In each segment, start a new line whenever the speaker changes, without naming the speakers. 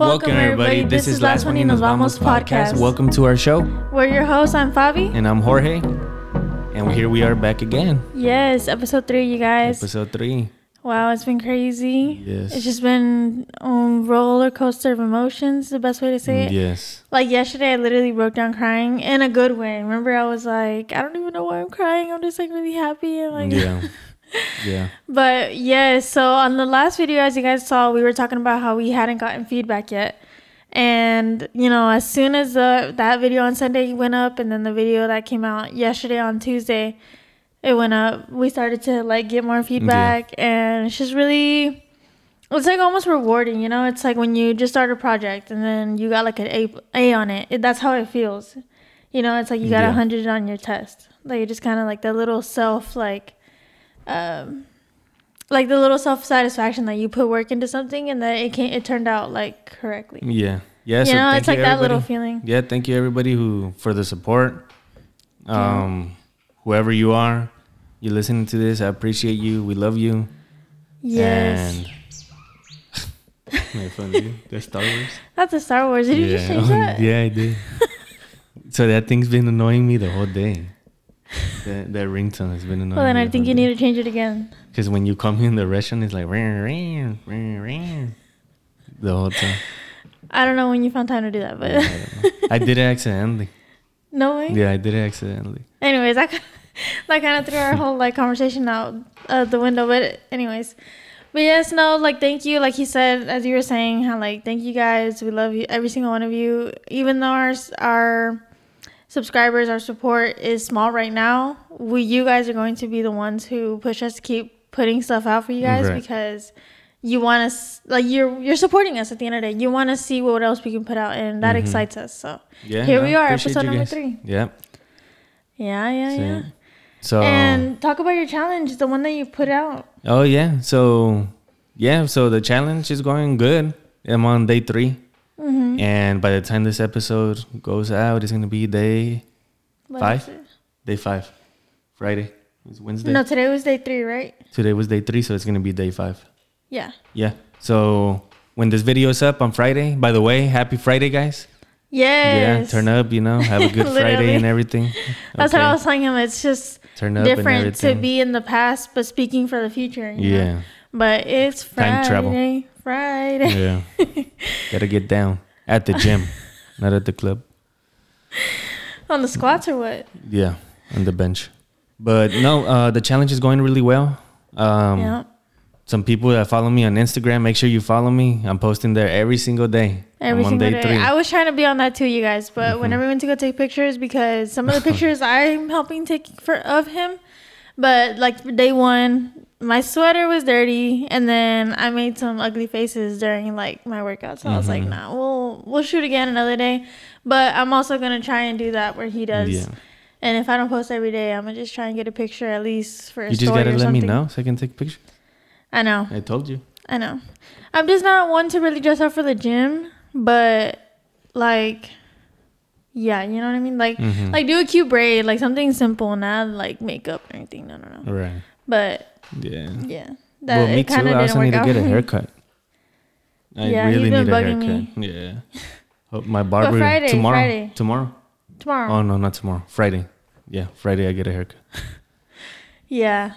Welcome, everybody. This, is Last One y Nos Vamos podcast.
Welcome to our show,
We're your hosts. I'm Fabi.
and I'm Jorge, and here we are back again,
yes, episode three, you guys.
episode three.
Wow, it's been crazy.
Yes.
It's just been um, roller coaster of emotions. The best way to
Mm,
say it.
Yes,
Like yesterday, I literally broke down crying in a good way. Remember, I was like, I don't even know why I'm crying. I'm just like really happy and like.
yeah, yeah,
But yeah, so on the last video, as you guys saw, we were talking about how we hadn't gotten feedback yet. And you know, as soon as the that video on Sunday went up, and then the video that came out yesterday on Tuesday, it went up. We started to like get more feedback, and it's just really, it's like almost rewarding. You know, it's like when you just start a project and then you got like an A, a on it. it. That's how it feels. You know, it's like you got a
Yeah.
hundred on your test. Like it just kind of like that little self like um, like the little self satisfaction that you put work into something and that it can it turned out like correctly.
yeah, Mm, yeah.
you know,
thank
it's like that little
everybody.
feeling.
Yeah, thank you everybody who for the support. Um, whoever you are, you're listening to this. I appreciate you. We love you.
Yes,
And made fun of you. That's Star Wars.
that's a Star Wars. Did you just change that?
yeah, I did. so that thing's been annoying me the whole day. That, that ringtone has been annoying.
Well, then I think you need to change it again.
Because when you call me in the restaurant, it's like ring, ring, ring, ring, the whole time.
I don't know when you found time to do that, but
I, don't know. I did it accidentally.
no way.
Yeah, I did it accidentally.
Anyways, that ki- that kind of threw our whole like conversation out uh, the window. But anyways, but yes, no, like thank you. Like he said, as you were saying, how like thank you guys. We love you, every single one of you. Even though our s- our subscribers, our support is small right now, we you guys are going to be the ones who push us to keep putting stuff out for you guys
Right.
because you want us like you're you're supporting us at the end of the day. You want to see what else we can put out, and that excites us. So
Yeah,
Here
no,
we are,
appreciate
episode
you
number
guys.
three.
Yep.
yeah, yeah,
so-
yeah.
So Uh,
And talk about your challenge, the one that you put out.
Oh yeah. So yeah, so the challenge is going good. I'm on day 3
Mm-hmm.
And by the time this episode goes out, it's gonna be day
What
Five?
is it?
day five. Friday. It was Wednesday.
No, today was day three, right?
Today was day three, so it's gonna be day five.
Yeah.
Yeah. So when this video is up on Friday, by the way, happy Friday guys.
Yes.
Yeah, turn up, you know, have a good
Literally.
Friday and everything.
That's
Okay.
what I was telling him. It's just
Turn up and
different to
everything.
be in the past, but speaking for the future. you know?
Yeah.
But it's Friday.
Time travel.
Friday.
Yeah. Gotta get down at the gym, not at the club.
On the squats or what?
Yeah, on the bench. But no, uh, the challenge is going really well. Um,
yeah.
Some people that follow me on Instagram, make sure you follow me. I'm posting there every single day.
Every
I'm on
single
day
day.
three. Mm-hmm.
I was trying to be on that too, you guys. But whenever we went to go take pictures, because some of the pictures I'm helping take for of him, but like for day one, my sweater was dirty, and then I made some ugly faces during like my workout. So I was like,
Mm-hmm.
Nah, we'll we'll shoot again another day. But I'm also gonna try and do that where he does.
Yeah.
And if I don't post every day, I'm gonna just try and get a picture at least for a
you just
story
gotta
or
let
something.
me know so I can take a picture.
I know.
I told you.
I know. I'm just not one to really dress up for the gym, but like, yeah, you know what I mean. Like,
Mhm.
like do a cute braid, like something simple, not like makeup or anything. No, no, no.
All right.
But
Yeah.
yeah,
well, me
it
too.
kinda
I also need to get a
for me.
haircut. I
Yeah, you've
really
been
need a
bugging
haircut. Yeah. Hope my barber
Friday,
tomorrow.
Friday.
Tomorrow.
tomorrow.
Oh no, not tomorrow. Friday. Yeah, Friday I get a haircut.
Yeah.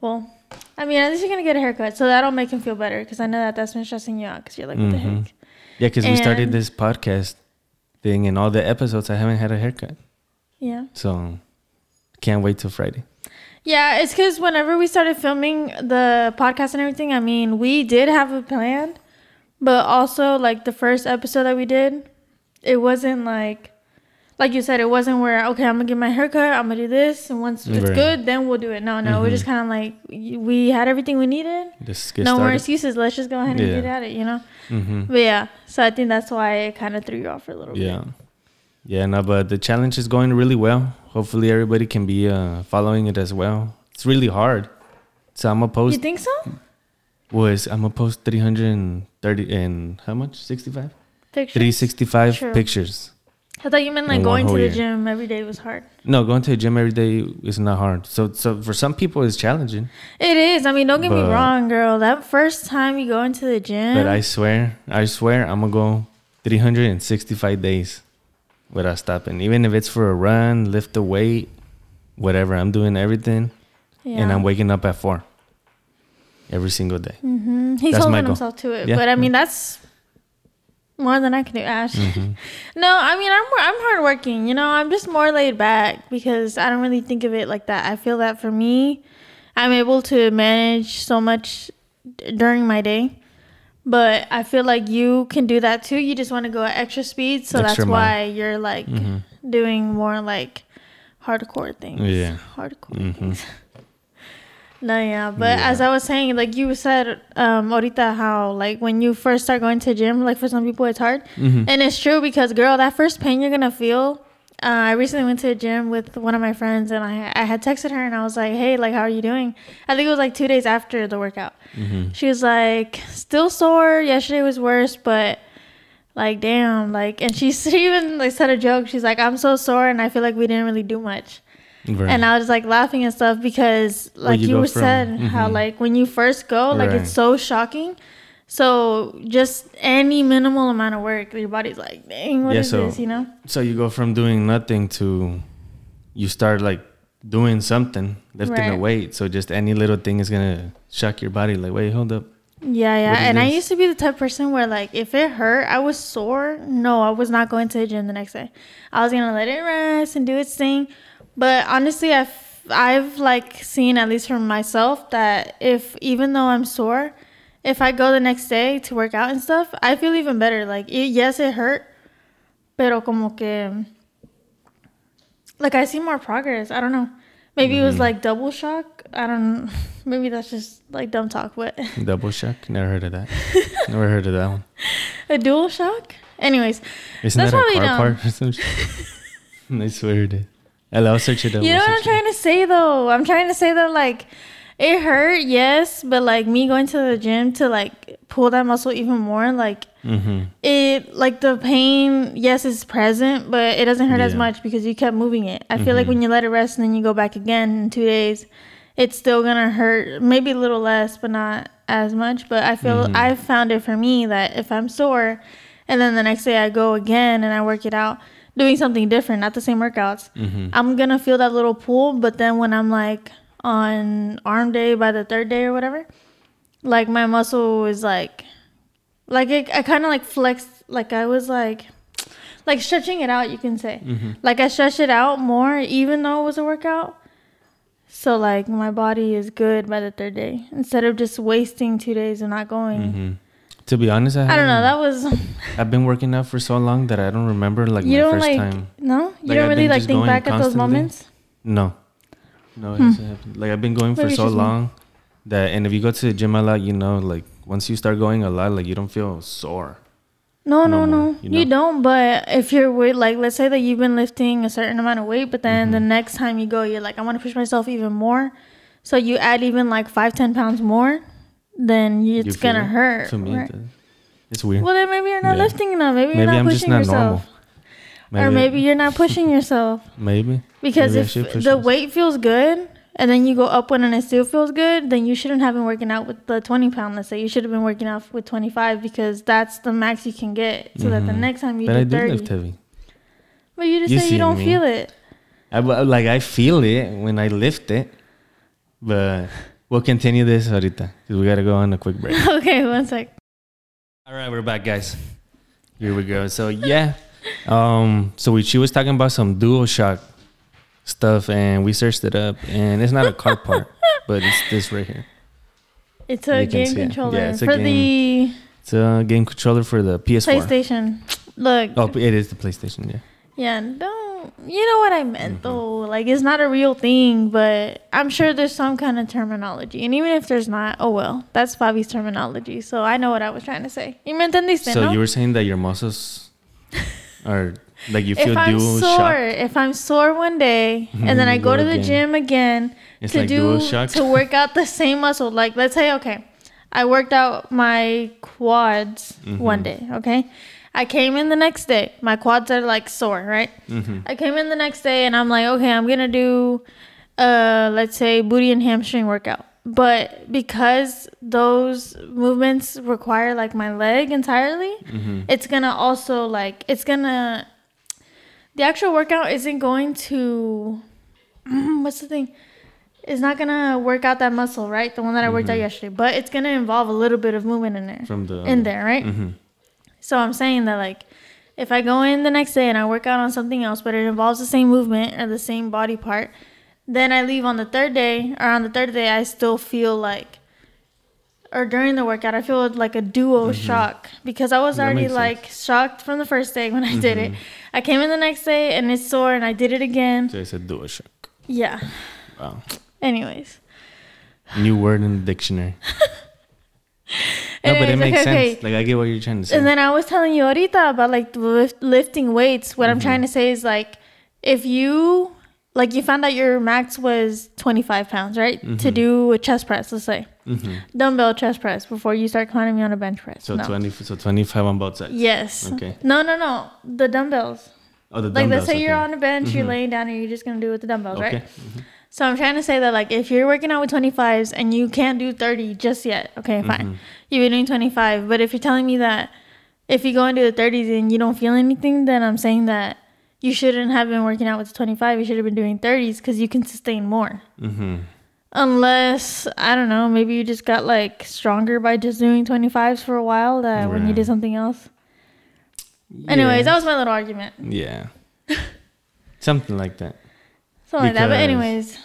Well, I mean, at least you're gonna get a haircut, so that'll make him feel better because I know that that's been stressing you out because you're like, what the
Mhm.
heck?
Yeah, because we started
And-
this podcast thing and all the episodes, I haven't had a haircut.
Yeah.
So can't wait till Friday.
Yeah, it's because whenever we started filming the podcast and everything, I mean, we did have a plan, but also like the first episode that we did, it wasn't like, like you said, it wasn't where okay, I'm gonna get my haircut, I'm gonna do this, and once it's
Right.
good, then we'll do it. No, no, we're just kind of like y- we had everything we needed.
Let's get
no more
started.
excuses. Let's just go ahead and
Yeah.
get at it, you know.
hmm
But yeah, so I think that's why it kind of threw you off for a little
Yeah. Yeah, no, but the challenge is going really well. Hopefully everybody can be uh, following it as well. It's really hard. So I'm gonna
bit. You
post
think so?
was I'm gonna post 330 and how much? 65?
Pictures?
365
True.
pictures.
I thought you meant like
In one
going to
whole
the
year.
gym every day was hard.
No, going to the gym every day is not hard. So, so for some people, it's challenging.
It is. I mean, don't get me
But-
wrong, girl. That first time you go into the gym,
But I swear, I swear, I'm gonna go 365 days without stopping. Even if it's for a run, lift the weight, whatever. I'm doing everything, and I'm waking up at four every single day.
hmm He's
That's my
holding
goal.
himself to it,
Yeah. Mm-hmm.
but I mean that's more than I can do. Ash. no, I mean I'm I'm hardworking. You know, I'm just more laid back because I don't really think of it like that. I feel that for me, I'm able to manage so much d- during my day, but I feel like you can do that too. You just want to go at extra speed, so
Extra
that's
mile. Mm-hmm.
why you're like doing more like hardcore things.
Yeah.
hardcore.
hmm
No, yeah, but as I was saying, like you said, um, ahorita how like when you first start going to gym, like for some people it's hard,
Mm-hmm.
and it's true because girl, that first pain you're gonna feel. Uh, I recently went to a gym with one of my friends, and I I had texted her and I was like, hey, like how are you doing? I think it was like two days after the workout. She was like, still sore. Yesterday was worse, but like damn, like, and she she even like said a joke. She's like, I'm so sore, and I feel like we didn't really do much
Right.
and I was like laughing and stuff because like
you
you,
go
were
from- Mm-hmm.
said how like when you first go like
Right.
it's so shocking. So just any minimal amount of work, your body's like, dang, what
Yeah,
is
so-
this? You know?
so you go from doing nothing to you start like doing something, lifting a
Right.
weight. So just any little thing is gonna shock your body. Like, wait, hold up.
Yeah, yeah.
What is
And I
this?
used to be the type of person where like if it hurt, I was sore. No, I was not going to the gym the next day. I was gonna let it rest and do its thing. But honestly, I've I've like seen at least for myself that if even though I'm sore, if I go the next day to work out and stuff, I feel even better. Like it, yes, it hurt, pero como que like I see more progress. I don't know. Maybe it was like double shock. I don't. Maybe that's just like dumb talk, but.
Double shock? Never heard of that. Never heard of that one.
A dual shock? Anyways,
Isn't
That's
that a
probably
car
dumb.
part or some shit? I swear it is. I'll I'll search it up.
you know
I'll
what I'm
search it up.
trying to say though? I'm trying to say that like it hurt, yes, but like me going to the gym to like pull that muscle even more, like
Mm-hmm.
it like the pain, yes, is present, but it doesn't hurt as
Yeah.
much because you kept moving it. I feel like when you let it rest and then you go back again in two days, it's still gonna hurt, maybe a little less, but not as much. But I feel I've found it for me that if I'm sore and then the next day I go again and I work it out, doing something different, not the same workouts, I'm gonna feel that little pull. But then when I'm like on arm day by the third day or whatever, like my muscle is like like it, i kind of like flexed like i was like like stretching it out you can say
Mm-hmm.
like i stretched it out more even though it was a workout so like my body is good by the third day instead of just wasting two days and not going
Mm-hmm. To be honest, I,
i don't know
haven't-
that was
I've been working out for so long that I don't remember like
you
my
don't
first
like
time.
no you
Like,
don't
I've
really
been
like
just
think
going
back at those
constantly.
moments
No, no, it hasn't happened. Like I've been going for
Hmm. Maybe it's
so
just me.
long that, and if you go to the gym a lot, you know, like once you start going a lot, like you don't feel sore.
No, no,
no
no.
more,
You,
you know?
don't. But if you're with, like, let's say that you've been lifting a certain amount of weight, but then
Mm-hmm.
the next time you go, you're like, I want to push myself even more. So you add even like five, ten pounds more, then you-
You
it's
feel
gonna
it?
hurt.
To me,
right?
it does. it's weird.
Well, then maybe you're not
Yeah.
lifting enough. Maybe you're
maybe
not
I'm just
pushing
not normal.
yourself, or maybe you're not pushing yourself
maybe
because
Maybe I
if
should
the
push myself.
weight feels good. And then you go up one and it still feels good, then you shouldn't have been working out with the 20 pound, let's say. You should have been working out with 25 because that's the max you can get. So that the
Mhm.
next time you
but
do
I do
30.
lift heavy.
But you just
You
say you
seen
don't
me.
feel it.
I, but, like I feel it when I lift it, but we'll continue this ahorita because we gotta go on a quick break.
okay, one sec.
All right, we're back, guys. Here we go. So yeah, um, so we, she was talking about some dual shock stuff, and we searched it up, and it's not a car part, but it's this right here.
It's a
You can
game
see it.
controller
Yeah, it's a
for
It's a game controller for the
the
PS4.
PlayStation. Look,
Oh, it is the PlayStation. Yeah.
yeah, don't. You know what I meant
Mm-hmm.
though. Like it's not a real thing, but I'm sure there's some kind of terminology. And even if there's not, oh well, that's Bobby's terminology. So I know what I was trying to say. You meant entendiste,
So
no?
you were saying that your muscles are like you feel
if I'm
dual
sore,
shock.
if I'm sore one day and then I
You
go
go
to the
again.
gym again
It's
to
like
do
dual shock.
to work out the same muscle, like
Mm-hmm.
let's say okay, I worked out my quads one day, okay? I came in the next day. My quads are like sore, right?
Mm-hmm,
I came in the next day and I'm like, okay, I'm gonna do, uh, let's say booty and hamstring workout. But because those movements require like my leg entirely,
mm-hmm.
it's gonna also like it's gonna the actual workout isn't going to what's the thing it's not gonna work out that muscle right the one that i worked out yesterday but it's gonna involve a little bit of movement in there
From the Mm-hmm.
in there right so i'm saying that like if i go in the next day and i work out on something else but it involves the same movement or the same body part then i leave on the third day or on the third day i still feel like or during the workout i feel like a dual shock because i was
Mm-hmm. That
already
makes sense.
like
Mm-hmm.
shocked from the first day when i did it i came in the next day and it's sore and i did it again
So I said dual shock.
yeah
Wow.
anyways
New word in the dictionary. no, but it
Anyways,
makes
okay,
sense.
okay.
Like I get what you're trying to say.
And then I was telling you ahorita about like lift, lifting weights. What
Mm-hmm.
I'm trying to say is like, if you like you found out your max was 25 pounds, right?
Mm-hmm.
To do a chest press, let's say dumbbell chest press before you start climbing on a bench press.
so
no.
twenty, so twenty-five on both sides.
Yes.
Okay.
No, no, no. The dumbbells.
Oh, the
Like
dumbbells.
let's say you're
okay. Mm-hmm.
on a bench, you're laying down, and you're just gonna do it with the dumbbells,
Okay.
right? So I'm trying to say that like if you're working out with 25s and you can't do 30 just yet, okay, fine. You've been doing 25, but if you're telling me that if you go into the 30s and you don't feel anything, then I'm saying that you shouldn't have been working out with 25. You should have been doing 30s because you can sustain more.
Mm-hmm.
Unless I don't know, maybe you just got like stronger by just doing 25s for a while. That when you
Right.
did something else. Anyways, that
Yeah.
was my little argument.
yeah. Something like that.
Something like that. But
Because-
anyways,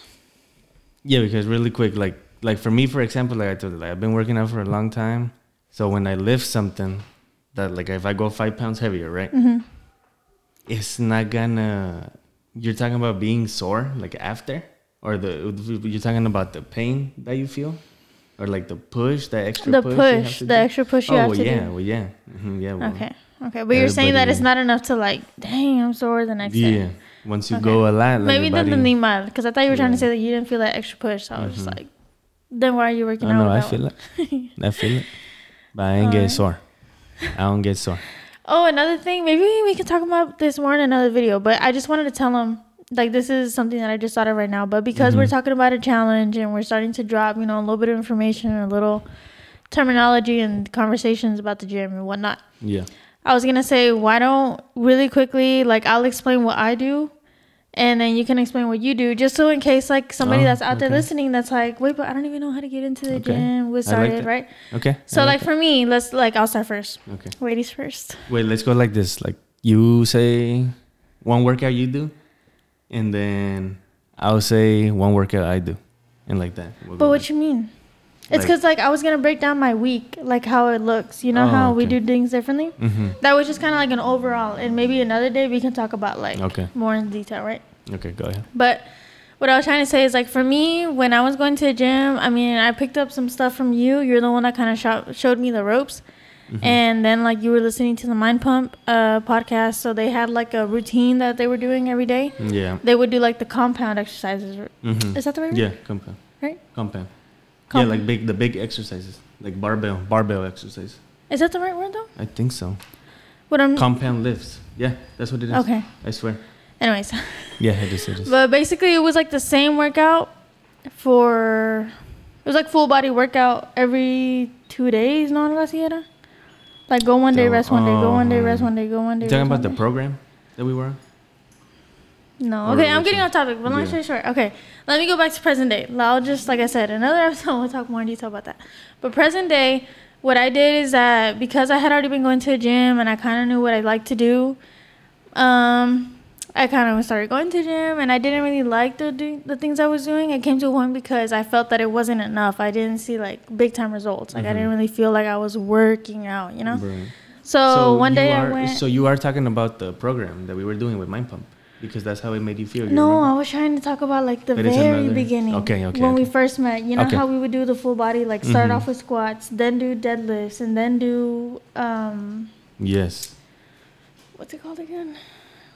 Yeah, because really quick, like like for me, for example, like I told you, like I've been working out for a long time. So when I lift something, that like if I go five pounds heavier, right?
Mm-hmm.
It's not gonna. You're talking about being sore, like after, or the you're talking about the pain that you feel, or like the push, that extra
the
push,
push,
you have to
the
do?
extra push you
oh
have
well,
to
yeah,
do.
well yeah, Mhm, yeah. Well,
Okay. Okay. But you're saying that it's not enough to like, dang, I'm sore the next
Yeah,
day.
once you
Okay.
go a lot, like
Maybe
your
then the
body-
knee mild, because I thought you were trying to
Yeah. Mm-hmm.
say that you didn't feel that extra push. So I was just like, then why are you working
I
out?
know,
with
Oh, I
that
feel
one?
it. I feel it. But I ain't get
Alright.
sore. I don't get sore.
Oh, another thing. Maybe we can talk about this more in another video. But I just wanted to tell them, like, this is something that I just thought of right now. But because
Mm-hmm.
we're talking about a challenge and we're starting to drop, you know, a little bit of information and a little terminology and conversations about the gym and whatnot.
Yeah.
I was gonna say, why don't really quickly, like I'll explain what I do, and then you can explain what you do, just so in case like somebody
Oh,
that's out there
okay.
listening that's like, wait, but I don't even know how to get into the
Okay.
gym. What
I like
started,
that.
right?
Okay.
So
I
like for me, let's like I'll start first.
that. okay.
Ladies first.
Wait, let's go like this. Like you say one workout you do, and then I'll say one workout I do, and like that. We'll
But
go
what you mean? It's
Like-
because like I was gonna break down my week, like how it looks. You know
Oh,
how we
okay.
do things differently.
like- Mhm.
That was just kind of like an overall, and maybe another day we can talk about like
Okay.
more in detail, right?
Okay. Go ahead.
But what I was trying to say is like for me, when I was going to the gym, I mean, I picked up some stuff from you. You're the one that kind of sho- showed me the ropes.
Mm-hmm.
And then like you were listening to the Mind Pump uh, podcast, so they had like a routine that they were doing every day.
Yeah.
They would do like the compound exercises.
Mm-hmm.
Is that the right? word?
Yeah. Compound.
Right.
Compound.
Compound.
Yeah, like big the big exercises, like barbell barbell exercise.
Is that the right word though?
I think so.
What I'm.
Compound lifts. Yeah, that's what it is.
Hmm. okay.
I swear.
Anyways,
Yeah, it is. It is.
but basically it was like the same workout for. It was like full body workout every two days, no la sierra. Like go one day,
Go-
rest one day, go one day,
oh.
rest one day, go one day.
You talking
rest
about the
one day.
program that we were on?
No,
Or
okay, I'm
which
getting
one?
off topic, but long
Yeah.
story short, okay, let me go back to present day. I'll just, like I said, another episode, we'll talk more in detail about that. But present day, what I did is that because I had already been going to a gym and I kind of knew what I like to do, um, I kind of started going to the gym and I didn't really like the, do- the things I was doing. I came to a point because I felt that it wasn't enough. I didn't see like big time results. Like I didn't really feel like I was working out, you know?
Mm-hmm. Right.
So, one
you
day
are,
I went.
So you are talking about the program that we were doing with Mind Pump because that's how it made you feel. You
No,
remember?
I was trying to talk about like the
But it's
very
another-
beginning.
Okay, okay,
When we
okay.
first met, you know
Okay.
how we would do the full body, like start
Mhm.
off with squats, then do deadlifts, and then do um,
Yes.
what's it called again?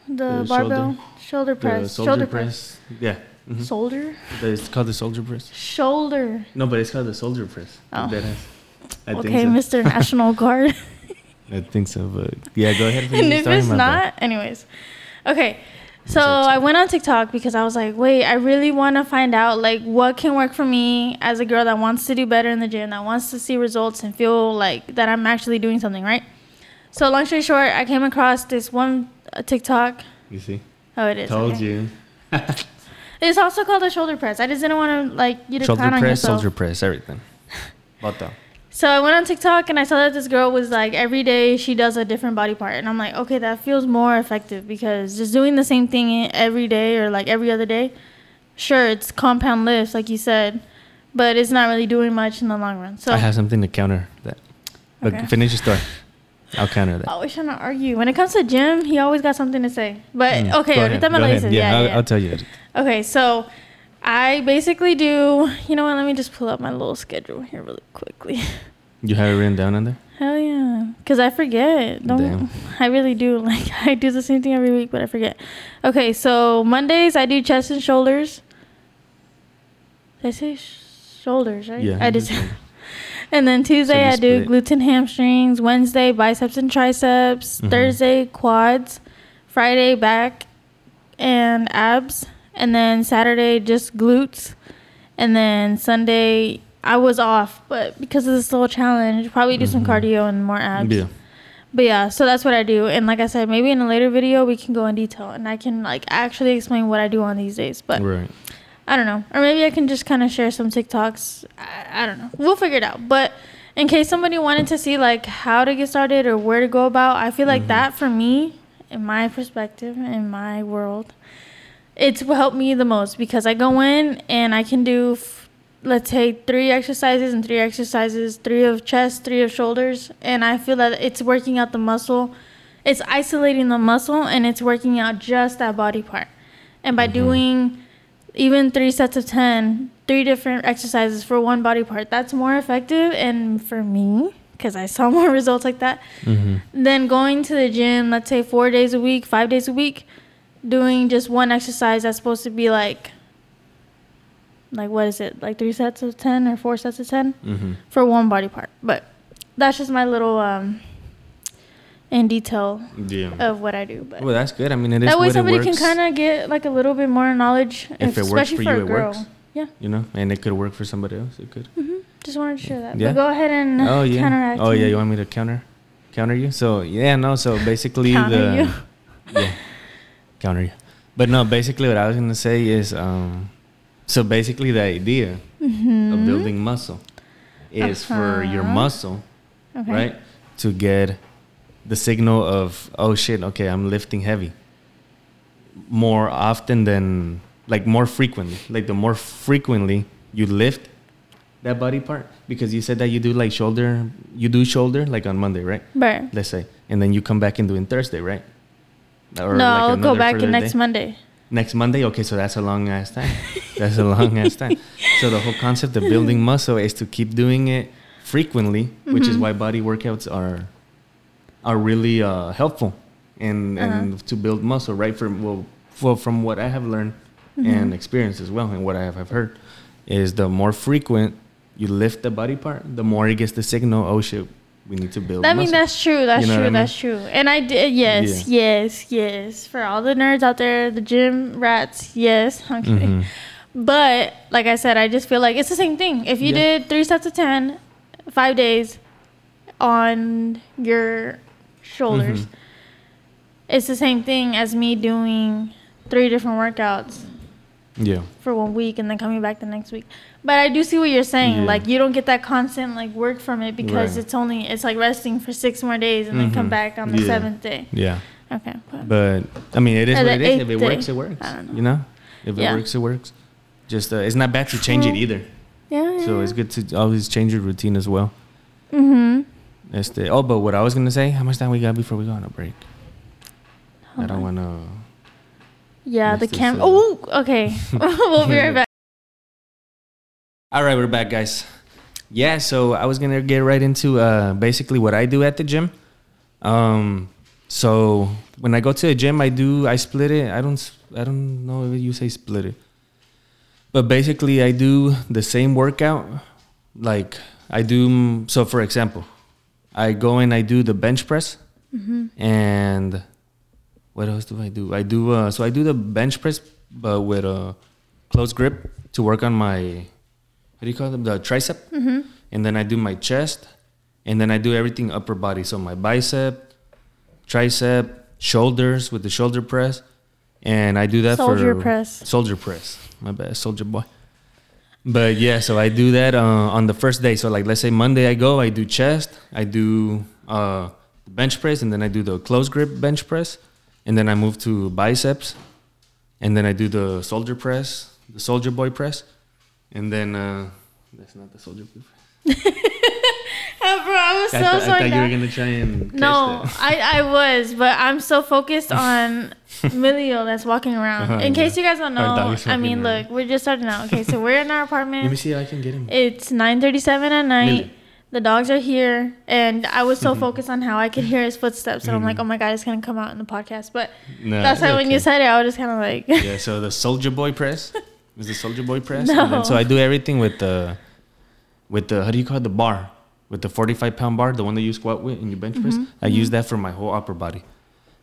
The
The barbell shoulder,
the
press,
soldier press. Yeah.
press,
Mhm.
soldier,
The- It's called the soldier press.
shoulder.
No, but it's called the soldier press.
Oh.
That is. I
okay,
think so.
Mr. National Guard.
I think so, but yeah, go ahead.
and if it's not, anyways. Okay. So I went on TikTok because I was like, wait, I really want to find out like what can work for me as a girl that wants to do better in the gym, that wants to see results and feel like that I'm actually doing something, right? So long story short, I came across this one uh, TikTok.
You see,
Oh, it is.
told
okay.
you.
It's also called a shoulder press. I just didn't want to like you to
Shoulder
count on
press,
yourself.
soldier press, everything. Bota.
So I went on TikTok and I saw that this girl was like every day she does a different body part, and I'm like, okay, that feels more effective because just doing the same thing every day or like every other day, sure, it's compound lifts like you said, but it's not really doing much in the long run. So
I have something to counter that. But
Okay.
finish your story. I'll counter that.
always trying to argue when it comes to Jim, he always got something to say. But
Mm,
Uh, okay,
go
ahorita
ahead,
me
go
lo
ahead.
dices.
Yeah,
Yeah,
I'll,
yeah.
I'll tell you.
Okay, so I basically do. You know what? Let me just pull up my little schedule here really quickly.
You have it written down on there?
Hell yeah. Because I forget. Don't,
Damn.
I really do. Like, I do the same thing every week, but I forget. Okay, so Mondays, I do chest and shoulders. Did I say sh- shoulders, right?
Yeah. Mm-hmm.
I
you
just,
just-
and then Tuesday, I
So you
do gluten hamstrings. Wednesday, biceps and triceps.
Mhm.
Thursday, quads. Friday, back and abs. And then Saturday, just glutes. And then Sunday, I was off, but because of this little challenge, probably do some
Mhm.
cardio and more abs.
Yeah.
But yeah, so that's what I do. And like I said, maybe in a later video we can go in detail and I can like actually explain what I do on these days. But
right.
I don't know. Or maybe I can just kind of share some TikToks. I, I don't know. We'll figure it out. But in case somebody wanted to see like how to get started or where to go about, I feel like
Mhm.
that for me, in my perspective, in my world, it's what helped me the most because I go in and I can do, f- let's say, three exercises and three exercises, three of chest, three of shoulders. And I feel that it's working out the muscle. It's isolating the muscle and it's working out just that body part. And by
Mhm.
doing even three sets of 10, three different exercises for one body part, that's more effective. And for me, because I saw more results like that,
Mm-hmm.
than going to the gym, let's say four days a week, five days a week, doing just one exercise that's supposed to be like, like what is it, like three sets of 10 or four sets of 10
Mm-hmm.
for one body part. But that's just my little, um, in detail
Yeah.
of what I do. But
Mm-hmm. well, that's good. I mean, it is
Uh, that way
what it
somebody
works.
can kind of get like a little bit more knowledge,
If it works
especially
for
for,
you,
a
it
girl.
works.
Yeah.
you know, and it could work for somebody else. It could.
Just wanted to share that.
Yeah.
But go ahead and
Oh yeah.
counteract.
oh yeah.
me.
You want me to counter, counter you? So yeah, no. So basically
Counter
the yeah, counter you. But no, basically what I was gonna say is um, so basically the idea of building muscle is for your
Mm-hmm. Uh-huh.
muscle,
Okay.
right, to get the signal of oh shit, okay, I'm lifting heavy. More often than like more frequently, like the more frequently you lift that body part, because you said that you do like shoulder, you do shoulder like on Monday, right?
But
let's say, and then you come back and do it Thursday, right? Or
no, I'll go
another
back
further
in next
day.
Monday.
Next Monday, okay, so that's a long ass time. That's a long ass time. So the whole concept of building muscle is to keep doing it frequently, which is
Mhm.
why body workouts are are really uh, helpful and
Uh-huh.
and to build muscle, right? From well, well from what I have learned
Mm-hmm.
and experienced as well, and what I have, have heard is the more frequent you lift the body part, the more it gets the signal. Oh shit, we need to build.
I mean,
muscle.
that's true. That's
You know
true.
what I mean?
That's true. And I did. Yes, yes, yes. For all the nerds out there, the gym rats. Yes, I'm kidding.
Mhm.
But like I said, I just feel like it's the same thing. If you
Yeah.
did three sets of ten, five days on your shoulders,
Mhm.
it's the same thing as me doing three different workouts
Yeah.
for one week and then coming back the next week. But I do see what you're saying.
Yeah.
Like you don't get that constant like work from it because
Right.
it's only it's like resting for six more days and then come
Mhm.
back on the
Yeah.
seventh day.
Yeah.
Okay. but-
But I mean, it is
Or
what it
Uh, the
is. If
eighth
it
day.
works, it works.
I don't know.
You know, if
Yeah.
it works, it works. Just uh, it's not bad to change it
True.
either.
yeah. yeah.
So it's good to always change your routine as well.
Mhm.
That's the oh, but what I was gonna say, how much time we got before we go on a break? I
Hold
don't
on.
wanna.
Yeah, the
Let's just,
cam.
uh,
Oh, okay. we'll be right back.
All right, we're back, guys. Yeah, so I was gonna get right into uh, basically what I do at the gym. Um, so when I go to the gym, I do I split it. I don't s- I don't know if you say split it, but basically I do the same workout. Like I do. mm, So for example, I go and I do the bench press, and what else do I do? I do uh, so I do the bench press, but with a close grip to work on my what do you call them the tricep,
Mm-hmm.
and then I do my chest, and then I do everything upper body, so my bicep, tricep, shoulders with the shoulder press, and I do that
Soldier
for
press.
soldier press. My bad, soldier boy. But yeah, so I do that uh, on the first day. So like, let's say Monday I go, I do chest, I do uh, bench press, and then I do the close grip bench press, and then I move to biceps, and then I do the soldier press, the soldier boy press, and then uh, that's not the soldier boy. press.
bro, I was so
I, th- I
sorry.
thought you
that-
were gonna try and catch
No,
that.
I, I was, but I'm so focused on Milio that's walking around.
Uh-huh,
In case
yeah.
you guys don't
Our dog
know,
is
I
walking
mean,
around.
look, we're just starting out. Okay, so we're in our
Let me
apartment.
see if I can get him.
It's 9:37 at night.
Millie.
The dogs are here, and I was so focused on how I could hear his footsteps, and I'm like, oh my god, it's gonna come out in the podcast. But
No,
that's why when you
Mm-hmm. okay.
said it, I was just kind of like,
yeah, so the soldier boy press is the soldier boy press.
No.
And then, so I do everything with the with the how do you call it the bar with the forty five pound bar, the one that you squat with and you bench press.
Mm-hmm.
I use that for my whole upper body,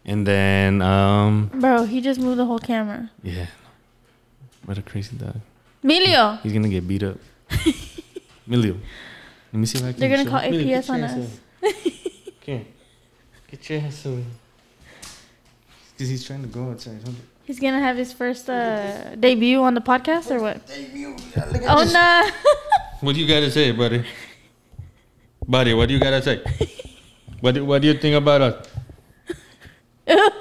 and then um
bro, he just moved the whole camera.
yeah, what a crazy dog.
Milio,
He's gonna get beat up. Milio, let me see if I can.
They're gonna
show-
call
Milio, get
APS
your
on
ass
us.
over. Okay, get your ass over. Because he's trying to go outside. Hold on.
he's gonna have his first uh, debut on the podcast or what?
Look at
Oh
this.
no,
What do you gotta say, buddy? Buddy, what do you gotta say? What do, what do you think about us?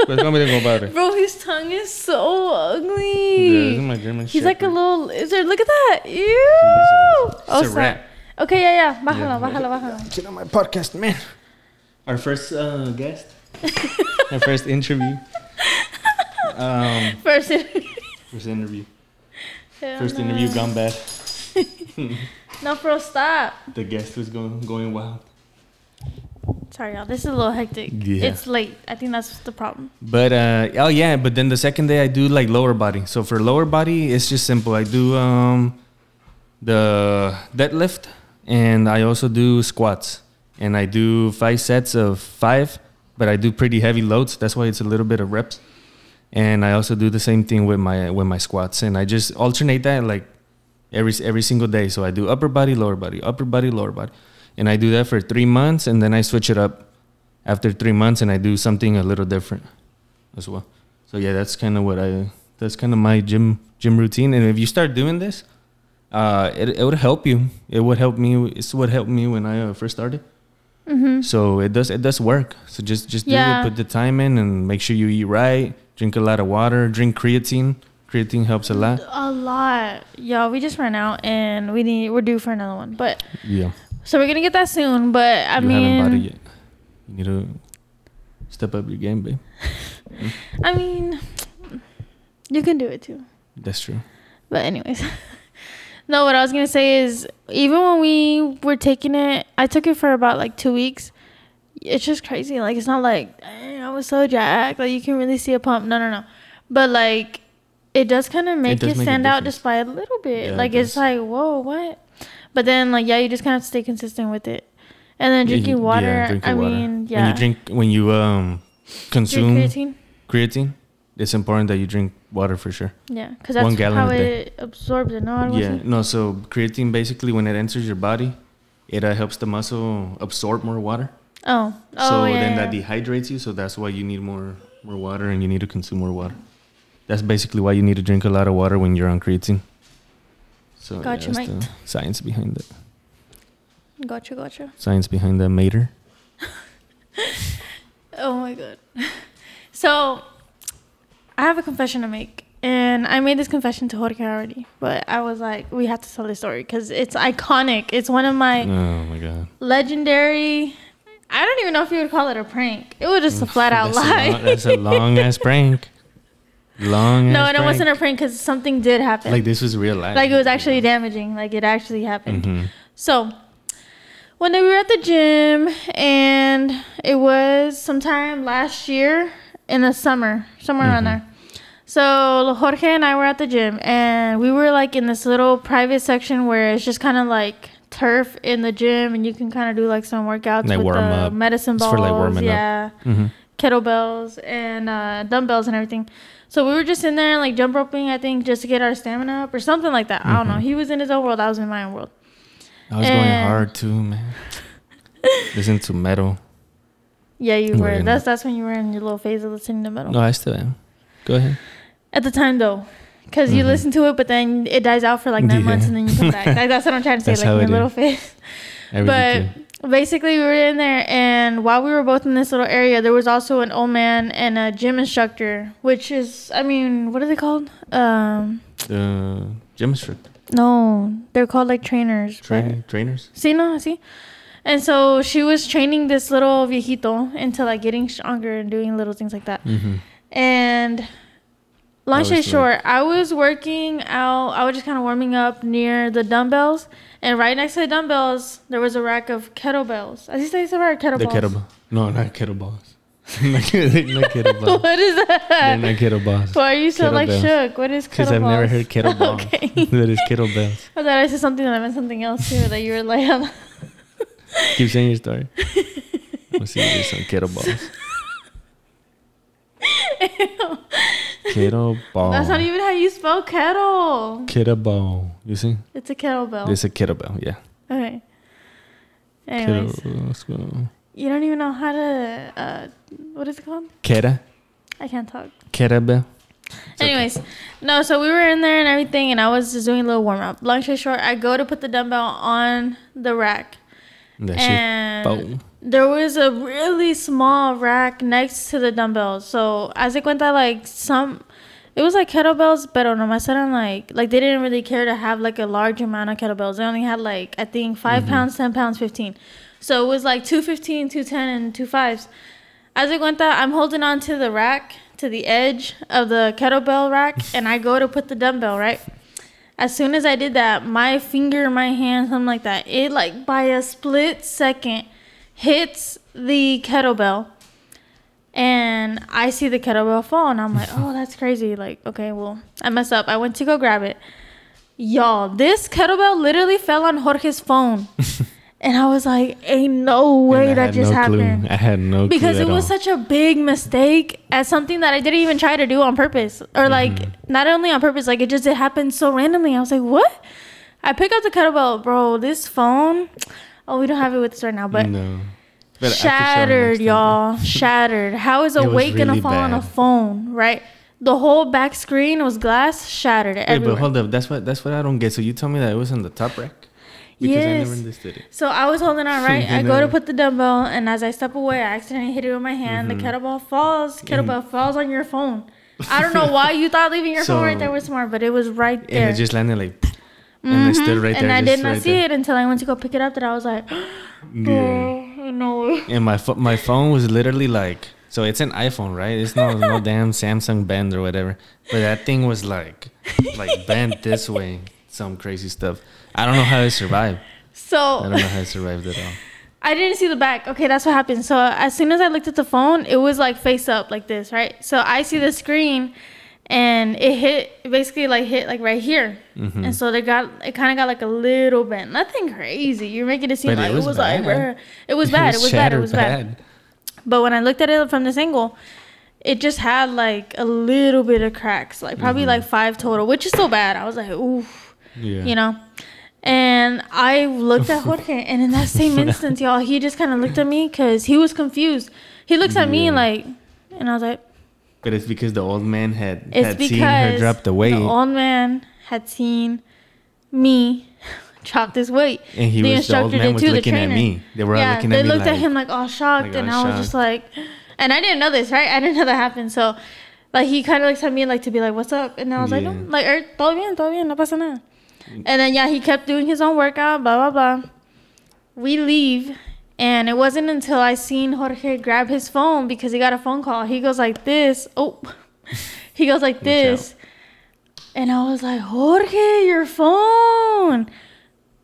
Pues no me digo, padre.
bro, his tongue is so
Yeah,
ugly.
this is my German
He's like
Shepherd.
a little lizard. Look at that. Ew. Oh,
It's a
sorry.
rat.
Okay, yeah, yeah. Bájalo,
Yeah.
bájalo, bájalo.
Get on my podcast, man. Our first uh, guest, our first interview, um,
First interview.
first interview,
Hell
first
no.
interview gone bad.
No, bro, stop.
The guest was going going wild.
Sorry, y'all. This is a little hectic.
Yeah.
It's late. I think that's the problem.
But uh, oh yeah, but then the second day I do like lower body. So for lower body, it's just simple. I do um, the deadlift, and I also do squats, and I do five sets of five. But I do pretty heavy loads. That's why it's a little bit of reps. And I also do the same thing with my with my squats, and I just alternate that like every every single day. So I do upper body, lower body, upper body, lower body, and I do that for three months, and then I switch it up after three months, and I do something a little different as well. So yeah, that's kind of what I that's kind of my gym gym routine. And if you start doing this, uh, it it would help you. It would help me. It's what helped me when I uh, first started.
Mm-hmm.
So it does it does work. So just just
Yeah.
do it, put the time in, and make sure you eat right. Drink a lot of water. Drink creatine. Creatine helps a lot.
A lot. Y'all, we just ran out and we need we're due for another one. But
Yeah,
so we're gonna get that soon. But I
you
mean
haven't bought it yet. You need to step up your game, babe.
I mean you can do it too.
That's true.
But anyways, no. What I was gonna say is, even when we were taking it, I took it for about like two weeks. It's just crazy. Like it's not like "Dang, I was so jacked. Like you can really see a pump. No, no, no. But like, it does kind of make
does
it,
make a
stand out
difference.
just by a little bit.
Yeah, it
like it's
does.
like whoa, what? But then like yeah, you just kind of have to stay consistent with it. And then
Yeah, you-
drinking water.
yeah, drinking
I
water.
mean, yeah.
When you drink, when you um
Drink
consume
creatine.
creatine, it's important that you drink water for sure.
Yeah, because
One
that's
gallon
how
a day.
it absorbs it. No, Oh, I don't
Yeah, no. So creatine basically, when it enters your body, it uh, helps the muscle absorb more water.
Oh, oh
so
yeah,
then
yeah.
that dehydrates you. So that's why you need more more water, and you need to consume more water. That's basically why you need to drink a lot of water when you're on creatine. So
Got you,
that's
mate.
the science behind it.
Gotcha, gotcha.
Science behind that mater.
Oh my god. So, I have a confession to make, and I made this confession to Jorge already, but I was like, we have to tell this story because it's iconic. It's one of my
Oh my god.
legendary. I don't even know if you would call it a prank. It was just a flat out
That's a
lie.
long- that's a long ass prank. Long.
no,
ass
and it
prank.
wasn't a prank because something did happen.
Like this was real life.
like it was actually damaging. Like it actually happened.
Mhm.
So one day we were at the gym and it was sometime last year in the summer, somewhere around
Mm-hmm.
there. So Jorge and I were at the gym and we were like in this little private section where it's just kind of like turf in the gym, and you can kind of do like some workouts
Like
with
warm
the
up.
medicine
It's
balls,
for, like, warming up.
yeah,
Mhm.
kettlebells and uh, dumbbells and everything. So we were just in there like jump roping, I think, just to get our stamina up or something like that. I don't
Mm-hmm.
know. He was in his own world, I was in my own world.
I was going
And-
hard too, man. Listen to metal.
Yeah, you
Yeah,
were.
you know.
That's that's when you were in your little phase of listening to metal.
No, I still am. Go ahead.
At the time though, because you
Mhm.
listen to it, but then it dies out for like nine
Yeah.
months, and then you come back. Like, that's what I'm trying to say,
That's
like
how
in
it
your little
is.
phase.
Everything. too.
But basically, we were in there, and while we were both in this little area, there was also an old man and a gym instructor, which is, I mean, what are they called? Um,
The gym instructor,
no, they're called like trainers. but-
train, trainers.
See, no, see. And so she was training this little viejito into like getting stronger and doing little things like that.
Mm-hmm.
And long
was
story
the-
short, I was working out. I was just kind of warming up near the dumbbells, and right next to the dumbbells, there was a rack of kettlebells. As you say, somewhere kettlebells.
The kettlebell. No, not kettlebells. not kettle- not kettlebells.
What is
They're
that?
not kettlebells.
Why are you so like
Kettlebells.
shook? What is kettlebells?
Because I've never heard kettlebell.
Okay.
that is kettlebells.
I thought I said something that I meant something else too. That you were like, um, I'm-
Keep saying your story. We'll see if there's some kettlebells. Kettleball.
that's not even how you spell kettle.
Kettlebell. You see?
It's a kettlebell.
It's a kettlebell, yeah.
okay. Anyways,
Kettle, let's go.
you don't even know how to. Uh, what is it called?
Keta.
I can't talk.
Kettlebell. okay.
Anyways, no, so we were in there and everything, and I was just doing a little warm up. Long story short, I go to put the dumbbell on the rack,
That shit.
and
Boom.
there was a really small rack next to the dumbbells. So as I went, like some, it was like kettlebells, but on my sudden, like like they didn't really care to have like a large amount of kettlebells. They only had like I think 5
Mm-hmm.
pounds, ten pounds, fifteen. So it was like 215, 210, and two fives. As I went, I'm holding on to the rack, to the edge of the kettlebell rack, and I go to put the dumbbell right. As soon as I did that, my finger, my hand, something like that, it like by a split second hits the kettlebell and I see the kettlebell fall and I'm like, oh, that's crazy. Like, okay, well, I messed up. I went to go grab it. Y'all, this kettlebell literally fell on Jorge's phone. and I was like, ain't no way
And I
that
had
just
no clue.
happened.
I had no clue.
Because it
at
was
all.
such a big mistake as something that I didn't even try to do on purpose. Or like
Mm-hmm.
not only on purpose, like it just it happened so randomly. I was like, What? I pick up the kettlebell, bro, this phone. Oh, we don't have it with us right now, but
no. Mm, But I could show her next
shattered,
time.
y'all. Shattered. How is a
It was
weight gonna
really
fall on a
bad.
phone, right? The whole back screen was glass, shattered
Wait, but
everywhere.
hold up. That's what that's what I don't get. So you told me that it was on the top rack? Because I never
Yes.
understood it.
So I was holding on, right? I
You
go to
know.
put the dumbbell, and as I step away, I accidentally hit it with my hand.
Mm-hmm.
The kettlebell falls. Kettlebell falls on your phone. I don't know why you thought leaving your phone right
So-
there was smart, but it was right
And
there. Mm-hmm.
it just landed like and it stood right
and
there.
I
just
did not
right
see
there.
it until I went to go pick it up. That I was like,
Yeah.
oh, no.
And my pho- my phone was literally like so it's an iPhone, right? It's not no damn Samsung band or whatever. But that thing was like like bent this way, some crazy stuff. I don't know how it survived. I don't know
So
how it survived at all.
I didn't see the back. Okay, that's what happened. So as soon as I looked at the phone, it was like face up, like this, right? So I see the screen, and it hit it basically like hit like right here, and so they got it kind of got like a little bent. Nothing crazy. You're making it seem
But it
like it was,
was
like
bad.
bruh. it was bad. It was bad. It
shattered
was bad. But when I looked at it from this angle, it just had like a little bit of cracks, like probably like five total, which is so bad. I was like, oof
Yeah.
you know. And I looked at Jorge, and in that same instance, y'all, he just kind of looked at me because he was confused. He looks at me
Yeah.
like, and I was like,
But it's because the old man had
it's
had
because
seen her drop the weight
old man had seen me drop this weight.
and he
the
was the old
instructor
man
did
was
too, the
looking at
trainer.
me. They were all
yeah,
looking
they
at me
looked
like
at him like all shocked,
like, "Oh,
and
all
I was just like, and I didn't know this, right? I didn't know that happened, so. Like he kind of looks at me like to be like, "What's up?" And I was like,
Yeah.
no, "Like, er, todo bien, todo bien, no pasa nada." And then yeah, he kept doing his own workout, blah blah blah. We leave, and it wasn't until I seen Jorge grab his phone because he got a phone call. He goes like this. Oh, he goes like this, and I was like, Jorge, your phone.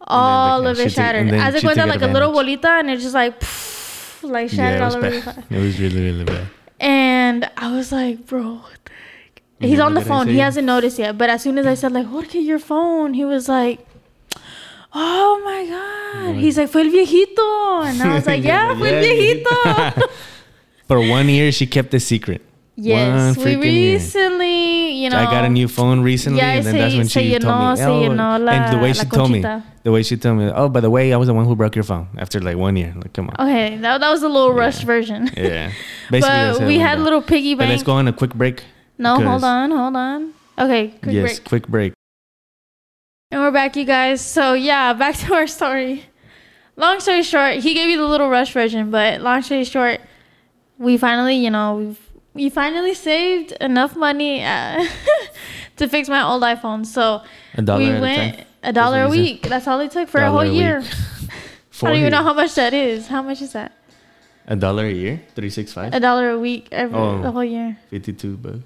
All
like,
of it
she took- and
shattered.
then
As it
she
went
took
down like a little
advantage.
bolita, and it just like, pff, like shattered
yeah, it was
all over. the
bad. It was really really bad.
and I was like, bro, what the heck?
You
He's
know
on the
what I
phone. He
say?
hasn't noticed yet. But as soon as I said, like, Jorge, your phone, he was like, oh my God. He's like, fue el viejito. And I was like, yeah, fue el
Yeah, el
viejito.
For one year, she kept it secret.
yes,
One
we
freaking year.
recently, you know.
I got a new phone recently,
Yeah,
and then
se-
that's when
se
she told
llenó-
me. "Oh,"
se llenó la-
and the way
la
she told me,
conchita.
the way she told me, oh, by the way, I was the one who broke your phone after like one year. Like, come on.
Okay, that, that was a little rushed version.
Yeah. that's
Oh. but
how
we
it
had a
went
little piggy
down. But
bank.
let's go on a quick break.
no, hold
because-
on, hold on. Okay, quick
yes,
break.
quick break.
And we're back, you guys. So yeah, back to our story. Long story short, he gave you the little rush version, but long story short, we finally, you know, we've we finally saved enough money uh, to fix my old iPhone. So
A dollar
we
at a
went
time.
a dollar a
That's what you
week. That's all it took for a
Dollar
whole
week.
year. I
Four
don't even know
years.
how much that is. How much is that?
A dollar a year? 365?
A dollar a week every
Oh.
the whole year.
52 bucks.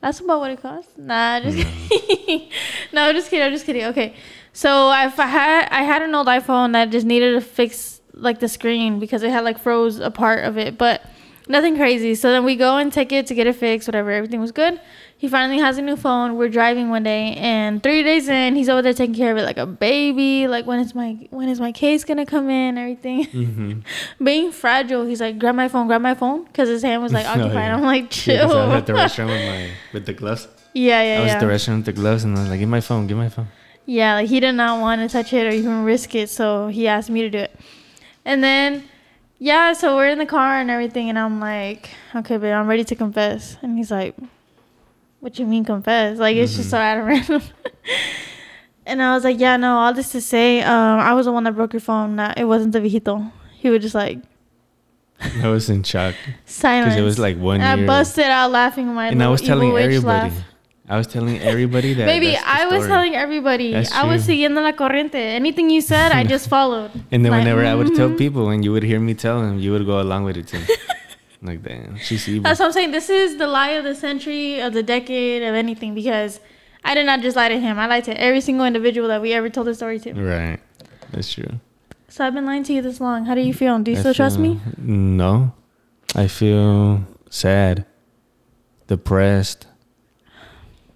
That's about what it costs. Nah, just kidding. no, I'm just kidding. I'm just kidding. Okay, so if I had I had an old iPhone that just needed to fix like the screen because it had like froze a part of it, but nothing crazy. So then we go and take it to get it fixed. Whatever, everything was good. He finally has a new phone. We're driving one day, and three days in, he's over there taking care of it like a baby. Like when is my when is my case gonna come in? Everything
Mm-hmm.
being fragile. He's like, grab my phone, grab my phone, because his hand was like
Oh,
occupied.
yeah.
I'm like,
Yeah,
chill.
'cause I was at the restaurant with my with the gloves.
Yeah, yeah,
I was
yeah.
at the restaurant with the gloves, and I was like, "Give my phone, give my phone."
Yeah, like he did not want to touch it or even risk it, so he asked me to do it. And then, yeah, so we're in the car and everything, and I'm like, okay, babe, I'm ready to confess. And he's like, what you mean confess? Like it's just so out
Mm-hmm.
of random. and I was like, yeah, no, all this to say, um, I was the one that broke your phone. Not, it wasn't the viejito. He was just like
I was in shock
silence.
because it was like one
and I
year,
busted out laughing my
and I
little
was
evil
telling
witch
everybody.
laugh.
I was telling everybody that.
Baby,
that's the
I was
story.
telling everybody.
That's
I was
true.
siguiendo la corriente. Anything you said, I just followed.
And then
Like,
whenever I would tell
mhm.
people, and you would hear me tell them, you would go along with it too. like, damn, she's evil.
That's what I'm saying. This is the lie of the century, of the decade, of anything, because I did not just lie to him. I lied to every single individual that we ever told the story to.
right. That's true.
So I've been lying to you this long. How do you feel? Do you
I
still trust
feel-
me?
No, I feel sad, depressed,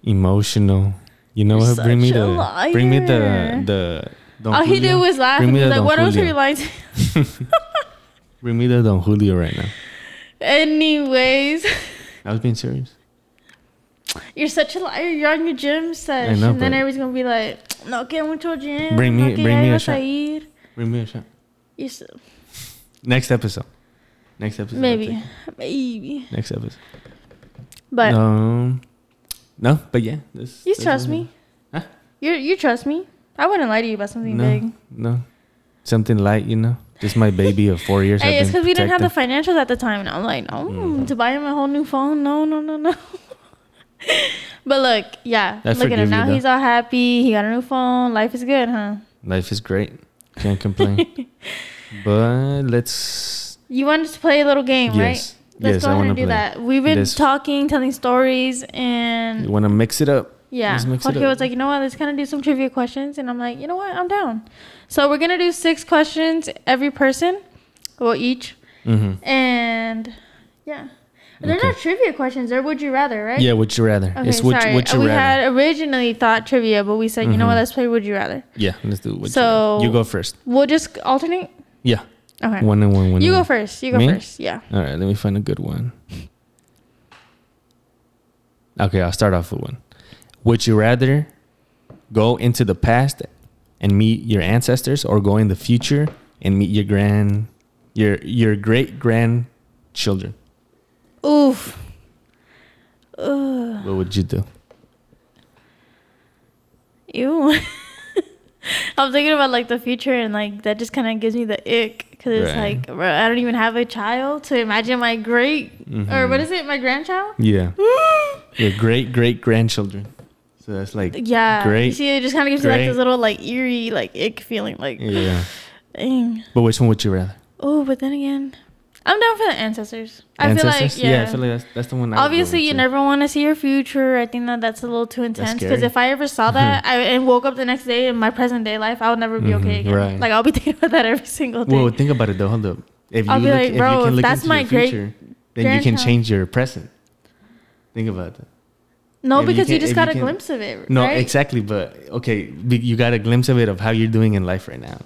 emotional. You know
You're
what? Bring me
such a
the bring me
liar.
the the. Don
All he did
Julio.
was laugh
Bring
and be
me the
like,
Don
what else are
Julio.
you lying to?
Bring me the Don Julio right now.
Anyways,
I was being serious.
you're such a liar. You're on your gym sesh.
know,
and then
but-
everybody's going to be like, no, que mucho gym.
Bring
no
me-
que
bring
ya
me a
ibas
shot.
ir."
Bring me a shot.
You're so-
Next episode. Next episode. I
Maybe.
think.
Maybe.
Next episode.
But
um, no, but yeah. This,
you
this
trust
was-
me.
Huh?
You you trust me. I wouldn't lie to you about something
No,
big.
no, something light, you know. Just my baby of four years.
Hey,
I've
it's
been Mm.
because we didn't have the
protecting.
financials at the time, and I'm like, no, to buy him a whole new phone, no, no, no, no. but look, yeah,
I
look at
forgive
him
you,
now.
though.
He's all happy. He got a new phone. Life is good, huh?
Life is great. Can't complain. but let's.
You wanted to play a little game,
Yes.
right? Let's
Yes,
go
I
ahead
wanna
and do
play.
that. We've been
Let's-
talking, telling stories, and
You want to mix it up?
Yeah.
Let's mix it
Jorge
up.
was like, you know what? Let's kind of do some trivia questions. And I'm like, you know what? I'm down. So we're going to do six questions every person, well, each.
Mm-hmm.
And yeah. They're
Okay.
not trivia questions. They're would you rather, right?
Yeah. Would you rather?
Okay,
it's would,
sorry.
would you
we
rather?
had originally thought trivia, but we said, you know what?
Mhm.
Let's play would you rather.
yeah. Let's do. Would
So-
you, rather. you go first.
We'll just alternate.
Yeah.
Okay.
One and one. One.
you
and
go
one.
first. You go
Me?
first. Yeah.
All right, let me find a good one. Okay, I'll start off with one. Would you rather go into the past and meet your ancestors or go in the future and meet your grand your your great grandchildren?
Oof. Ugh.
What would you do?
Ew. I'm thinking about like the future and like that just kind of gives me the ick because it's
Right.
like bro, I don't even have a child to imagine my great or what is it my grandchild?
Mm-hmm. Yeah. your great great grandchildren. So that's like
Yeah, You
Great.
see, it just kind of gives me like this
Great.
little like eerie like ick feeling like
yeah.
dang.
But which one would you rather?
Oh, but then again, I'm down for the ancestors. I
Ancestors?
feel like yeah.
I feel like that's, that's the one. I would go
Obviously,
with
you
too.
never want to see your future. I think that that's a little too intense. Because
scary.
if I ever saw that I, and woke up the next day in my present day life, I would never be okay
Mhm,
again.
right.
Like I'll be thinking about that every single day.
Well, think about it though. Hold up. If
I'll be like, "Bro, if that's my great
then you can
grandchild."
change your present. Think about that.
No,
If you
because you,
can-
just
if
got a
can-
glimpse of it.
No,
right?
exactly. But okay, be- you got a glimpse of it of how you're doing in life right now.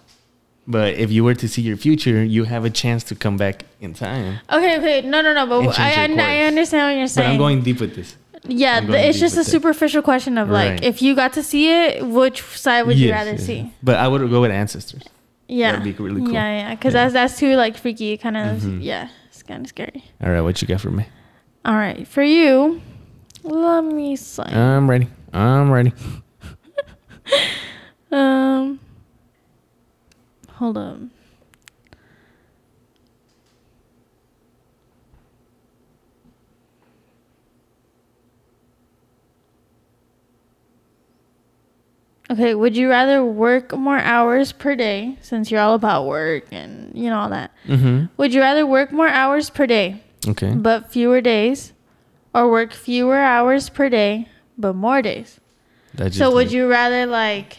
But if you were to see your future, you have a chance to come back in time.
Okay, okay, no, no, no.
And
But
change
I, I,
your course.
I understand what you're
But
saying.
I'm going deep with this.
yeah,
I'm
the-
going
it's
deep
just a
with it.
superficial question of like,
Right.
if you got to see it, which side would you
Yes,
rather
yes,
see?
But I would go with ancestors.
Yeah,
That'd be really cool.
Yeah, yeah, because
Yeah.
that's that's too like freaky, kind of.
Mhm.
Yeah, it's kind of scary.
All right, what you got for me?
All right, for you, let me sign.
I'm ready. I'm ready.
Um, hold up. Okay, would you rather work more hours per day since you're all about work and you know all that?
Mm-hmm.
Would you rather work more hours per day
Okay.
but fewer days or work fewer hours per day but more days?
That just
So would you rather like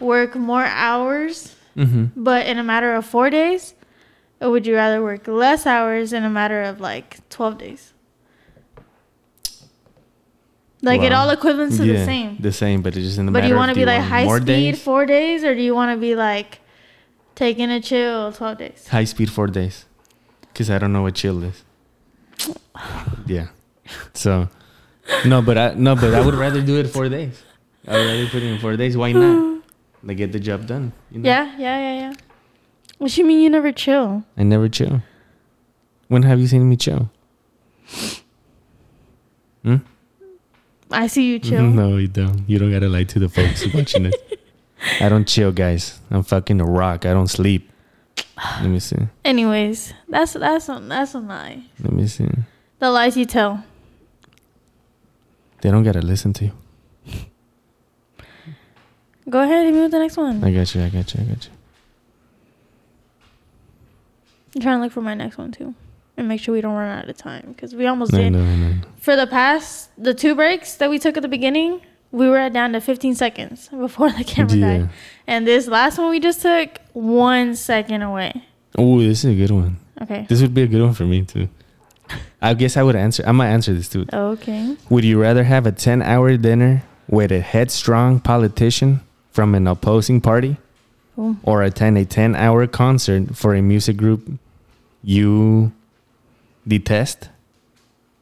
work more hours
Mm-hmm.
but in a matter of 4 days or would you rather work less hours in a matter of like 12 days? Like it
Wow.
all equivalents to the same.
The same, but it's just in the
But do
matter
you
of
want to be like high
more
speed
days?
4 days or do you want to be like taking a chill 12 days?
high speed four days because I don't know what chill is. yeah. So, no, but I no, but I would rather do it four days. I would rather put it in four days. Why not? Like get the job done. You know?
Yeah, yeah, yeah, yeah. What you mean you never chill?
I never chill. When have you seen me chill? Hmm?
I see you chill.
Mm-hmm. No, you don't. You don't gotta lie to the folks watching it. I don't chill, guys. I'm fucking a rock. I don't sleep. Let me see.
Anyways, that's that's a, that's a lie.
Let me see.
The lies you tell.
They don't gotta listen to you.
Go ahead and move to the next one.
I got you. I got you. I got you.
I'm trying to look for my next one too, and make sure we don't run out of time because we almost
No,
did.
no, no.
For the past the two breaks that we took at the beginning, we were at down to 15 seconds before the camera
Yeah.
died, and this last one we just took one second away.
Oh, this is a good one.
Okay.
This would be a good one for me too. I guess I would answer. I might answer this too.
Okay.
Would you rather have a 10 hour dinner with a headstrong politician from an opposing party
Ooh.
or attend a 10 hour concert for a music group you detest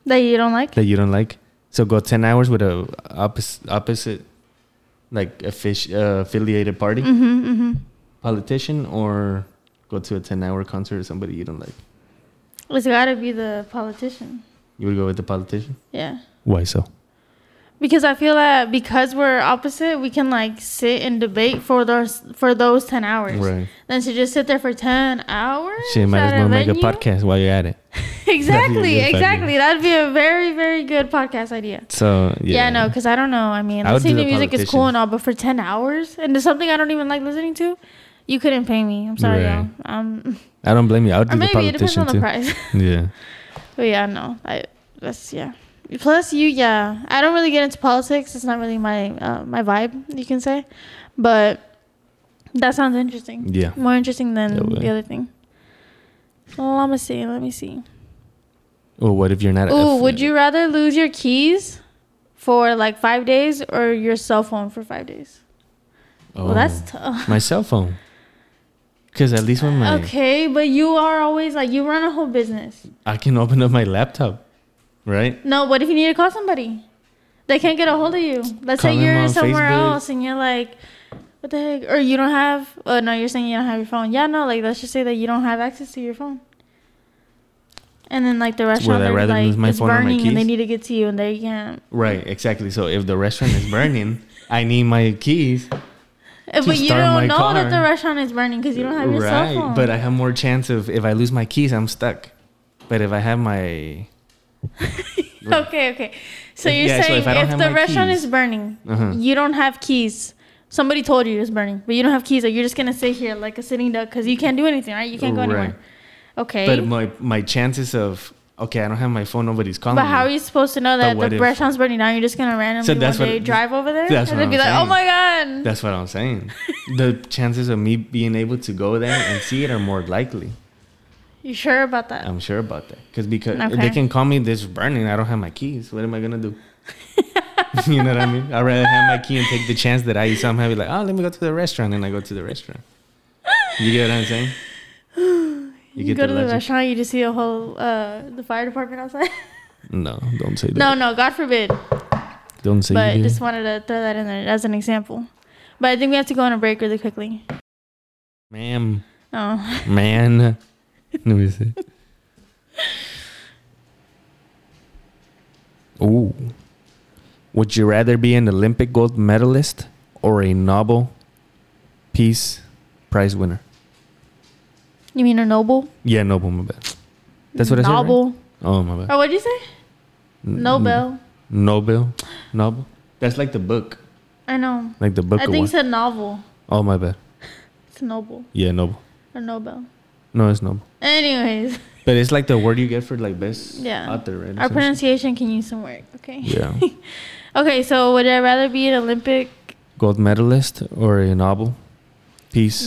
That you don't like?
that you don't like? So go 10 hours with a opposite, opposite like affish, uh, affiliated party
Mm-hmm. Mm-hmm.
politician or go to a 10 hour concert with somebody you don't like.
It's got to be the politician.
You would go with the politician?
Yeah.
Why so?
Because I feel that because we're opposite, we can like sit and debate for those for those ten hours.
Right.
Than to just sit there for ten hours.
She might as
at
well make a
venue?
podcast while you're at it.
exactly,
That'd be a good
exactly. That'd be a very, very good podcast idea.
So
Yeah,
yeah,
no, because I don't know. I mean,
I would do
listening to
the
music is cool
politicians.
and all, but for ten hours and it's something I don't even like listening to, you couldn't pay me. I'm sorry,
Right.
y'all. Um,
I don't blame you. I would
or
do the
maybe it depends
politician
on the
too.
price.
Yeah,
but yeah, no, I that's yeah. Plus, you yeah, I don't really get into politics. It's not really my uh, my vibe, you can say. But that sounds interesting.
yeah.
More interesting than
Yeah, well.
the other thing. Well, let me see. Let me see.
Or what if you're not?
Ooh,
affiliated?
would you rather lose your keys for like five days or your cell phone for five days?
Oh,
Well, that's tough.
my cell phone. Because at least when Oh my
Okay, but you are always like you run a whole business.
I can open up my laptop, right?
No, what if you need to call somebody? They can't get a hold of you. Let's
Call
say
them
you're
on
somewhere
Facebook.
else and you're like, what the heck? Or you don't have. Oh no, you're saying you don't have your phone. Yeah, no, like let's just say that you don't have access to your phone. And then like the restaurant,
I
they're
rather
like
lose my
it's
phone or my
burning and they
keys?
need to get to you and they can't.
Right, exactly. So if the restaurant is burning, I need my keys.
Uh, but you
start my
don't know that the
car.
restaurant is burning because you don't have your cell phone.
but I have more chance of if I lose my keys, I'm stuck. But if I have my
okay, okay. So
If-
you're
yeah, so
saying
if I don't
if,
have
the
my
restaurant
keys-
is burning,
Uh-huh.
you don't have keys. Somebody told you it's burning, but you don't have keys. Like you're just gonna sit here like a sitting duck because you can't do anything, right? You can't go
Right.
anywhere. Okay.
but
But,
my my chances of okay, I don't have my phone. Nobody's calling. me.
how are you supposed to know that
what
the
if-
restaurant's burning down? You're just gonna randomly
that's
one
what-
day drive over there
that's
and then
what
be
I'm
like, oh
saying.
my god.
That's what I'm saying. the chances of me being able to go there and see it are more likely.
you sure about that?
I'm sure about that. Cause because
Okay.
they can call me this burning, I don't have my keys. What am I gonna do? you know what I mean? I'd rather have my key and take the chance that I somehow be like, oh, let me go to the restaurant, and I go to the restaurant. You get what I'm saying?
You, go to the restaurant, you just see a whole uh, the fire department outside.
No, don't say that.
no, no, God forbid.
don't say
but
you do.
just wanted to throw that in there as an example. But I think we have to go on a break really quickly.
ma'am,
Oh,
man. Let me see. Ooh, would you rather be an Olympic gold medalist or a Nobel Peace Prize winner?
you mean a noble?
Yeah, Nobel, my bad. That's what I said. right?
Noble.
Oh my bad.
Or what did you say?
N-
Nobel.
Nobel. Nobel. That's like the book.
I know.
Like the book.
I
of
think
one.
it's a novel.
Oh my bad.
It's a noble
Yeah, Nobel.
or Nobel.
No, it's Nobel.
Anyways,
But it's like the word you get for like best
Yeah.
author, right? or
our
some
pronunciation can use some work. Okay.
shit. Yeah.
Okay, so would I rather be an Olympic
Gold medalist or a Nobel? Peace.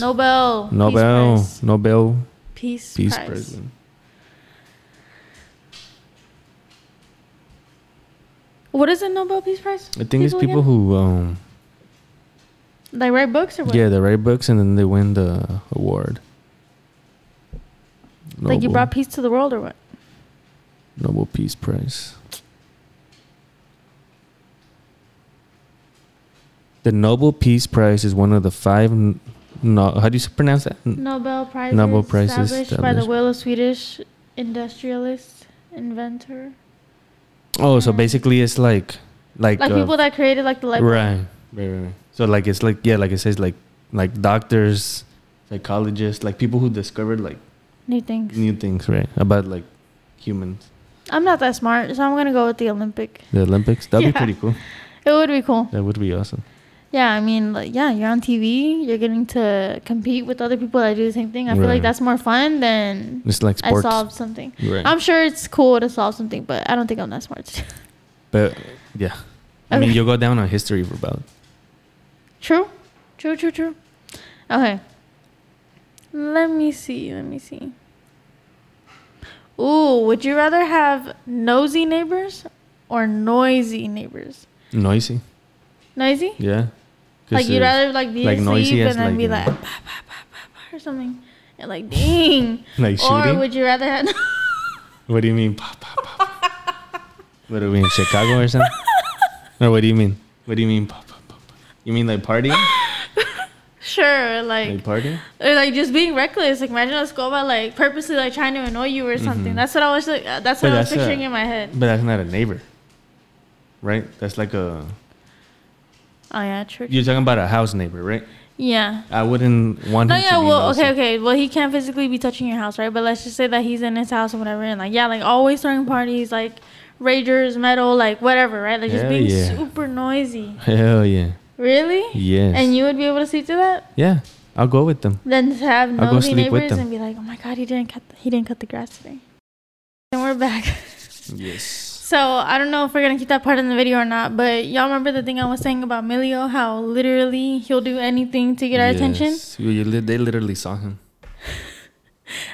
Nobel? Peace
Nobel.
Prize?
Nobel
Peace,
Peace
Prize.
Prize. winner.
What is a Nobel Peace Prize?
I think it's people
again?
who um
like write books or what?
yeah, they write books and then they win the award.
Like you
Nobel-
brought peace to the world or what?
Nobel Peace Prize. The Nobel Peace Prize is one of the five. n- No, how do you s- pronounce that? N-
Nobel Prizes.
Nobel Prizes
established, by the
established.
will of Swedish industrialist inventor,
Oh, so basically it's like, like,
like
uh,
people that created like the light. bulb.
right, right, right, right. So like it's like yeah, like it says like like doctors, psychologists, like people who discovered like
New things.
new things, right? About like humans.
I'm not that smart, so I'm gonna go with the Olympic.
The Olympics. That'd be
Yeah.
pretty cool.
It would be cool.
That would be awesome.
Yeah, I mean, like, yeah, you're on TV. You're getting to compete with other people that do the same thing. I feel like
Right.
that's more fun than
It's like sports.
I solved something.
right.
I'm sure it's cool to solve something, but I don't think I'm that smart. to do-
But yeah, I mean,
Okay.
you'll go down on history for about
true, true, true, true. Okay. Let me see. Let me see. Ooh, would you rather have nosy neighbors or noisy neighbors?
noisy.
Noisy?
Yeah. 'Cause
Like you'd
it's-
rather like be
like, noisy
asleep
as,
and then
like,
be
you know.
like bah, bah, bah, bah, bah, or something, and like dang.
like
Or
shooting.
would you rather have?
what do you mean? Pop, pop, pop. what are we in Chicago or something? or what do you mean? What do you mean? Pop, pop, pop, pop? You mean like partying?
sure, like,
like partying?
or like just being reckless. Like imagine a scuba like purposely like trying to annoy you or something. That's what I was like. uh, that's what
But
I was
Mm-hmm. that's a-
picturing in my head.
But that's not a neighbor, right? That's like a
Oh yeah, true.
you're talking about a house neighbor, right?
Yeah.
I wouldn't want
No,
him
yeah,
to be
well,
nosy.
okay, okay. Well, he can't physically be touching your house, right? But let's just say that he's in his house or whatever, and like, yeah, like always throwing parties, like ragers, metal, like whatever, right? Like just
Hell
being
yeah.
super noisy.
Hell yeah,
Really?
yes.
And you would be able to see to that?
yeah, I'll go with them.
Then to have
I'll go
nosy
sleep with
neighbors
them.
and be like, oh my god, he didn't cut the, he didn't cut the grass today. And we're back.
Yes.
So I don't know if we're gonna keep that part in the video or not, but y'all remember the thing I was saying about Milio, how literally he'll do anything to get our attention.
Yes. You- you li- They literally saw him.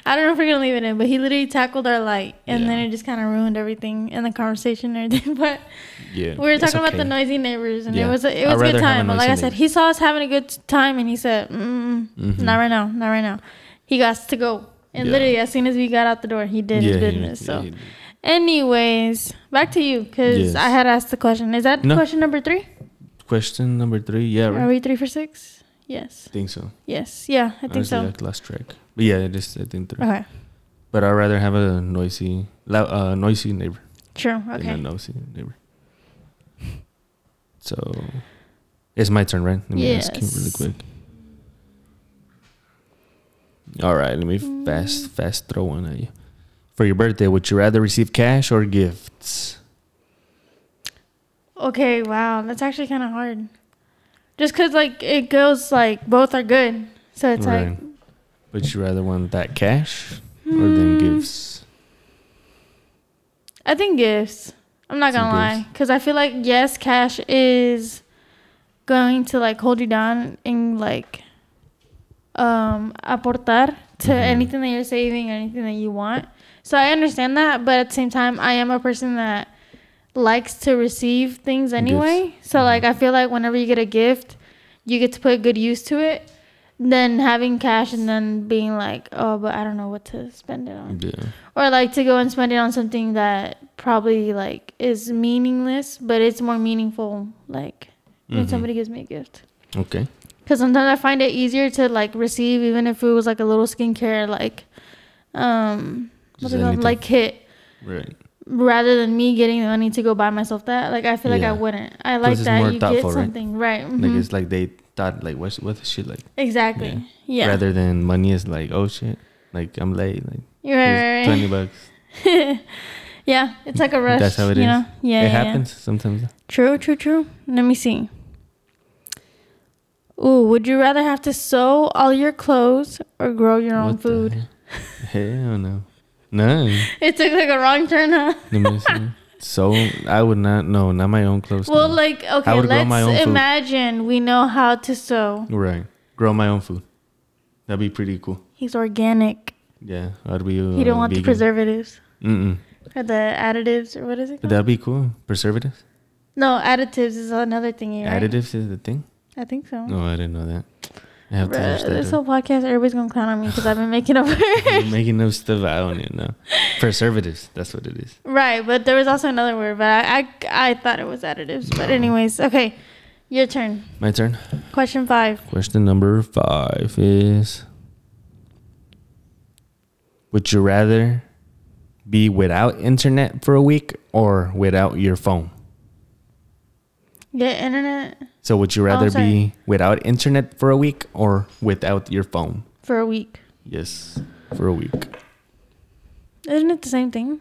I don't know if we're gonna leave it in, but he literally tackled our light, and then
Yeah.
it just kind of ruined everything in the conversation and everything. But
Yeah.
we were
it's
talking about
okay.
the noisy neighbors, and
Yeah.
it was a, it
I'd
was a
rather
good
have a
time. But like
noisy
I said,
neighbor.
he saw us having a good time, and he said, Mm-mm,
Mhm.
"Not right now, not right now." He got us to go, and
Yeah.
literally as soon as we got out the door, he did his
he-
business.
yeah,
so,
he-
anyways, back to you because
Yes.
I had asked the question. Is that
No.
question number three?
Question number three. Yeah, right.
Are we three for six? Yes.
I think so.
Yes. Yeah, I think
Honestly,
so. Uh-huh.
like last track. But yeah, it is. I think three.
Okay.
But I'd rather have a noisy, loud, uh, noisy neighbor
True.
than a
Okay.
noisy neighbor. So, it's my turn, right? Let me ask you really
Yes.
quick. All right, let me fast, fast throw one at you. For your birthday, would you rather receive cash or gifts?
Okay. Wow, that's actually kind of hard. Just cause like it goes like both are good, so it's like
Would you rather want that cash or them
Hmm.
gifts?
I think gifts. I'm not
Some
gonna lie. 'Cause lie, cause I feel like yes, cash is going to like hold you down and like um aportar to
Mhm.
anything that you're saving, anything that you want. So I understand that, but at the same time, I am a person that likes to receive things anyway. So like I feel like whenever you get a gift, you get to put good use to it. Than having cash and then being like, oh, but I don't know what to spend it on,
Yeah.
or like to go and spend it on something that probably like is meaningless, but it's more meaningful. Like
Mm-hmm.
when somebody gives me a gift.
Okay.
Because sometimes I find it easier to like receive, even if it was like a little skincare, like, um, what's
Just
it called?
anything.
Like kit,
Right.
rather than me getting the money to go buy myself that. Like, I feel like I
Yeah.
wouldn't. I
Plus
like
it's
that
more
you get
thoughtful, right?
something, right?
Like
mhm.
it's like they thought like what's what is she like?
exactly. Yeah.
Rather than money is like oh shit, like I'm late, like
You're right,
here's
right,
twenty bucks.
right. yeah, it's like a rush.
That's how it
you
is.
Know? Yeah, yeah,
it
yeah.
happens sometimes.
True, true, true. Let me see. Ooh, would you rather have to sew all your clothes or grow your own
What the
food?
hell? Hell no, no.
It took like a wrong turn, huh?
Let me see. so I would not. No, not my own clothes.
Well,
no.
like okay,
would grow
let's
my own food.
imagine we know how to sew.
right, grow my own food. That'd be pretty cool.
He's organic.
Yeah, I'd be. uh,
he don't want the preservatives
Mm
or the additives or what is it
But
called?
that'd be cool. Preservatives,
No, additives is another thing. Here, right?
additives is the thing.
I think so.
No, I didn't know that. I have to
Bruh,
watch
this
that.
whole
up.
podcast, everybody's gonna clown on me because I've been making up words.
You're making no stuff. I don't even know. Preservatives. That's what it is.
right, but there was also another word, but I I, I thought it was additives. But anyways, okay, your turn.
My turn.
Question five.
Question number five is Would you rather be without internet for a week or without your phone?
Get internet
So, would you rather
Oh, sorry.
be without internet for a week or without your phone?
for a week.
Yes, for a week.
Isn't it the same thing?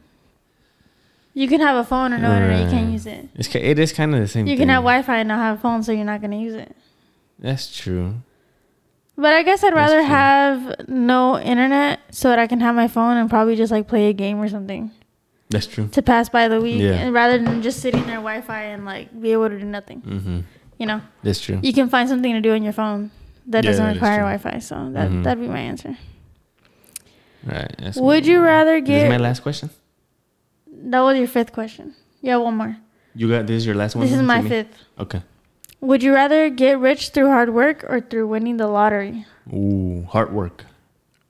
You can have a phone and no internet. You can't
Right.
use it.
It's, ki- it is kind of the same
You
thing.
can have Wi-Fi and not have a phone, so you're not gonna use it.
That's true.
But I guess I'd
That's
rather
true.
have no internet so that I can have my phone and probably just like play a game or something
That's true.
to pass by the week,
Yeah.
and rather than just sitting there Wi-Fi and like be able to do nothing.
Mm-hmm.
You know,
That's true.
you can find something to do on your phone that
Yeah,
doesn't
that is
require
true.
Wi-Fi. So that
Mhm.
that'd be my answer.
Right. that's
Would
my-
you rather
This is
get?
my last question.
that was your fifth question. Yeah, one more.
You got this. Is your last one.
This is
for
my
me?
fifth.
Okay.
Would you rather get rich through hard work or through winning the lottery?
Ooh, hard work.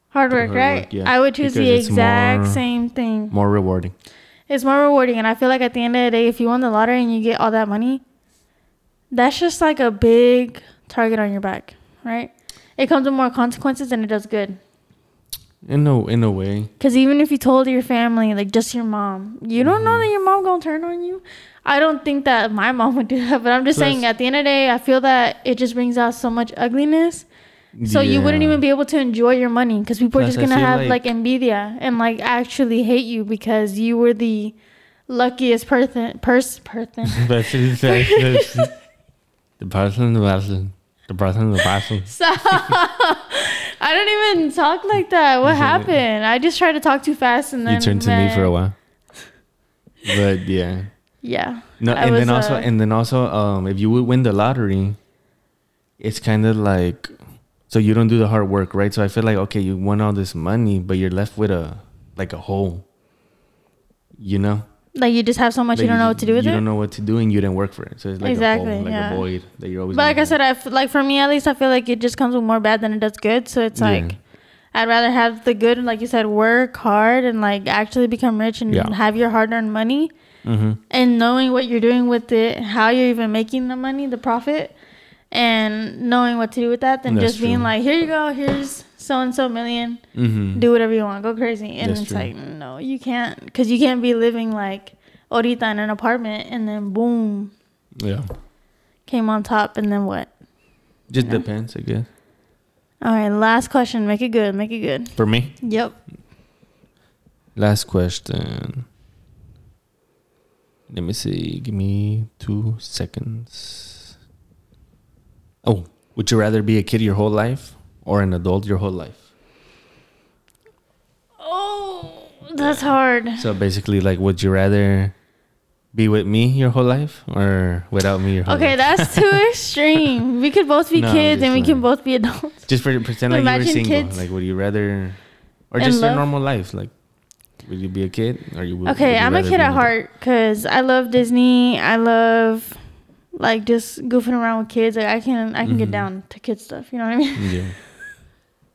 Hard
Through
work,
hard
right?
work, yeah.
I would choose the
Because it's
exact
more-
same thing.
More rewarding.
It's more rewarding, and I feel like at the end of the day, if you won the lottery and you get all that money, that's just like a big target on your back, right? It comes with more consequences than it does good.
In no, in a way.
Because even if you told your family, like just your mom, you don't
Mm-hmm.
know that your mom gonna turn on you. I don't think that my mom would do that, but I'm just
Plus-
saying at the end of the day, I feel that it just brings out so much ugliness. So you wouldn't
Yeah.
even be able to enjoy your money because people are
Plus,
just
I
gonna
feel
have like,
like-
envidia and like actually hate you because you were the luckiest person. Pers- person.
That's it, it's like- that's it. the person, the person, the person, the person.
Stop! I don't even talk like that. What happened? I just tried to talk too fast and then
You turned to me for a
went-
while. But yeah,
Yeah.
no,
I
and
was,
then also,
uh,
and then also, um, if you would win the lottery, it's kind of like so you don't do the hard work, right? So I feel like okay, you won all this money, but you're left with a like a hole. You know,
Like you just have so much
Like,
you don't know what to do with
You
it.
don't know what to do, and you didn't work for it. So it's like
Exactly,
a hole, like
yeah.
a void that you're always.
But like I
gonna
said, I f- like for me at least, I feel like it just comes with more bad than it does good. So it's
Yeah.
like I'd rather have the good, like you said, work hard and like actually become rich and
Yeah.
have your hard-earned money
have. Mhm.
and knowing what you're doing with it, how you're even making the money, the profit, and knowing what to do with that, than
That's
just being
true.
like, here you go, here's so and so million,
Mhm.
do whatever you want, go crazy. And
That's
it's
true.
like, no, you can't, because you can't be living like Orita in an apartment and then boom,
Yeah.
came on top, and then what?
Just
You know?
depends, I guess.
All right, last question. Make it good. Make it good.
For me.
Yep.
Last question. Let me see. Give me two seconds. Oh, would you rather be a kid your whole life or an adult your whole life?
Oh, that's hard.
So basically, like, would you rather be with me your whole life or without me your whole
Okay,
life?
that's too extreme. We could both be
No, I'm
kids
just
and we can
lying.
both be adults.
Just for, pretend like you were
Imagine
single.
kids
Like, would you rather, or
in
just your
love.
normal life? Like, Would you be a kid or you? Would, would
Okay,
you
I'm a
rather
kid
be
at
an
heart because I love Disney. I love like just goofing around with kids. Like I can I can get
Mhm.
down to kid stuff. You know what I mean?
adult? Yeah.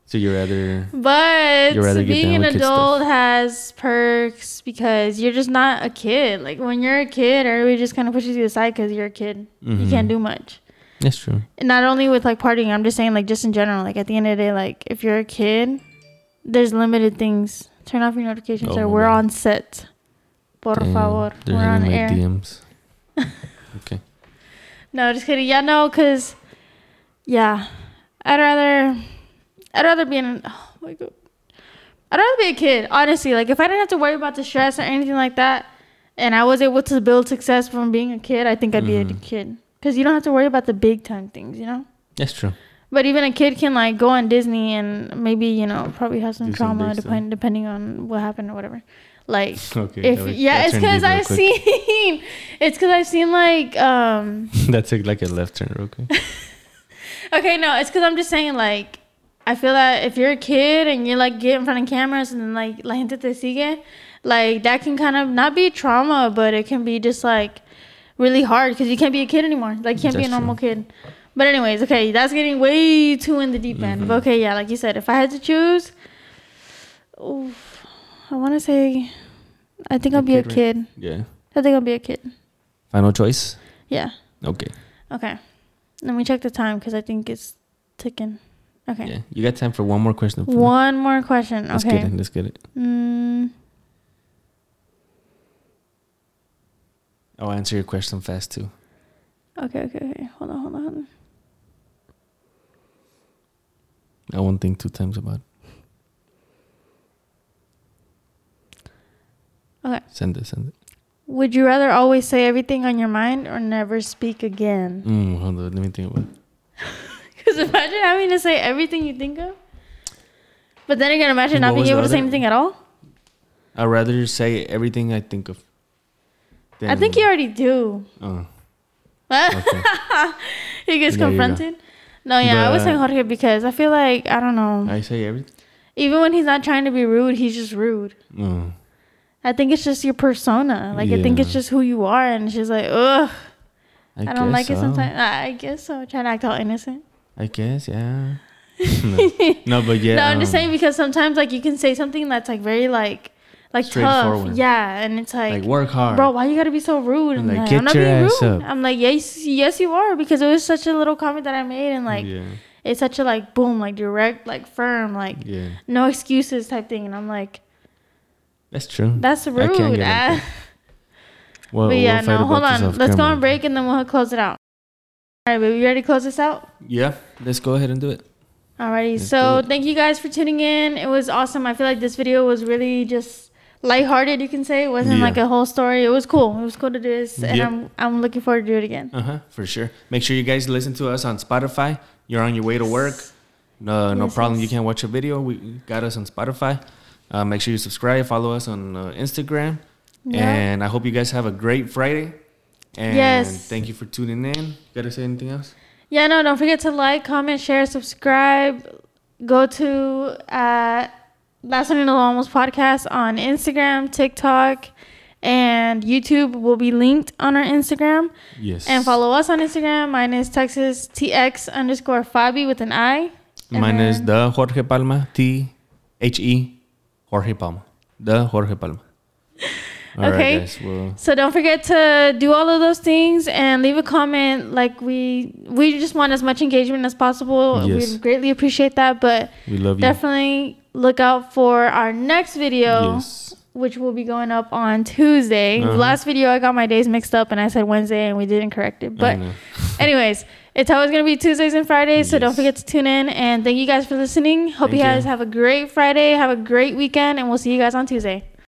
So you rather?
But
You'd rather get
being
down
an
with kid stuff.
adult has perks because you're just not a kid. Like when you're a kid, everybody just kind of pushes you aside because you're a kid. You can't
Mhm.
do much.
That's true.
And not only with like partying, I'm just saying like just in general. Like at the end of the day, like if you're a kid, there's limited things. Turn off your notifications
Oh,
or we're
man.
on set. Por
Damn,
favor,
they're
we're on
hitting my
air.
DMs.
No, just kidding. Yeah, no, cause yeah, I'd rather I'd rather be in. Oh my god, I'd rather be a kid. Honestly, like if I didn't have to worry about the stress or anything like that, and I was able to build success from being a kid, I think I'd be a
Mhm.
kid. Cause you don't have to worry about the big time things, you know.
That's true.
But even a kid can like go on Disney and maybe you know probably have some
Do some
trauma
big stuff.
depend, depending on what happened or whatever. Like
Okay.
if yeah, it's because I've seen it's because I've seen like um.
that took like a left turn real quick.
Okay, no, it's because I'm just saying, like, I feel that if you're a kid and you're like get in front of cameras and then like la gente te sigue, like that can kind of not be trauma, but it can be just like really hard because you can't be a kid anymore. Like, you can't be a
That's
normal kid. But anyways, okay, that's getting way too in the deep end. But
Mhm.
okay, yeah, like you said, if I had to choose, oof, I want to say, I think
A
I'll be a
kid,
kid.
right? Yeah.
I think I'll be a kid.
Final choice.
Yeah.
Okay.
Okay. Let me check the time because I think it's ticking. Okay.
Yeah. You got time for one more question. for me?
One more question.
Let's
okay.
get it. Let's get it.
Mm,
I'll answer your question fast too.
okay, okay, okay. Hold on, hold on, hold on.
I won't think two times about it.
Okay.
Send it, send it.
Would you rather always say everything on your mind or never speak again?
Mm, hold on, let me think about it. Mm.
Because imagine having to say everything you think of. But then again, imagine not being
What was the
able to say
other-
anything at all.
I'd rather say everything I think of.
I think you already do.
Oh, okay.
he gets
There you go.
confronted. No, yeah, I was
But-
saying Jorge because I feel like, I don't know.
I say everything.
Even when he's not trying to be rude, he's just rude.
Oh,
I think it's just your persona. Like, I think
Yeah.
it's just who you are. And it's just like, ugh,
I,
I, don't
guess uh,
like it
so.
sometimes. I I guess so. Trying to act all innocent.
I guess, yeah. no. No, but yeah.
no, I'm just
um,
saying because sometimes like you can say something that's like very like like tough.
Straightforward.
Yeah, and it's
Like,
like,
work hard.
bro, why you gotta be so rude?
I'm
And
like,
like,
"Get
I'm not
your
being
ass
rude.
up.
I'm like, yes, yes, you are because it was such a little comment that I made, and like
yeah,
it's such a like boom, like direct, like firm, like
yeah.
no excuses type thing, and I'm like,
That's true.
that's
I can't
rude.
get like
ah.
that. well,
but yeah, no,
we'll fight
hold
about this
on.
off
Let's go
camera.
on break and then we'll close it out. All right, baby, you ready to close this out?
Yeah, let's go ahead and do it.
Alrighty,
Let's
so
do it.
thank you guys for tuning in. It was awesome. I feel like this video was really just lighthearted, you can say. It wasn't
Yeah.
like a whole story. It was cool. It was cool to do this, and
Yep.
I'm I'm looking forward to do it again.
Uh huh. For sure. Make sure you guys listen to us on Spotify. You're on your way to work. No, no
Yes,
problem.
yes.
You can watch a video. We got us on Spotify. Uh, make sure you subscribe. Follow us on uh, Instagram.
Yeah.
And I hope you guys have a great Friday. And
Yes.
thank you for tuning in. You gotta say anything else?
Yeah, no, don't forget to like, comment, share, subscribe. Go to uh, Last One in the Almost podcast on Instagram, TikTok, and YouTube will be linked on our Instagram.
Yes.
And follow us on Instagram. Mine is Texas TX underscore Fabi with an I. And
Mine is
then-
the Jorge Palma. T H E Jorge Palma. The Jorge Palma. All right,
Okay.
guys. Well,
So don't forget to do all of those things and leave a comment. Like we we just want as much engagement as possible.
Yes.
We greatly appreciate that, but
we love you.
definitely look out for our next video,
Yes.
which will be going up on Tuesday.
Uh-huh.
Last video I got my days mixed up and I said Wednesday and we didn't correct it.
I
But
know.
anyways, it's always gonna be Tuesdays and Fridays. So don't
Uh-huh. Yes.
forget to tune in and thank you guys for listening. Hope you
Thank you.
guys have a great Friday, have a great weekend, and we'll see you guys on Tuesday.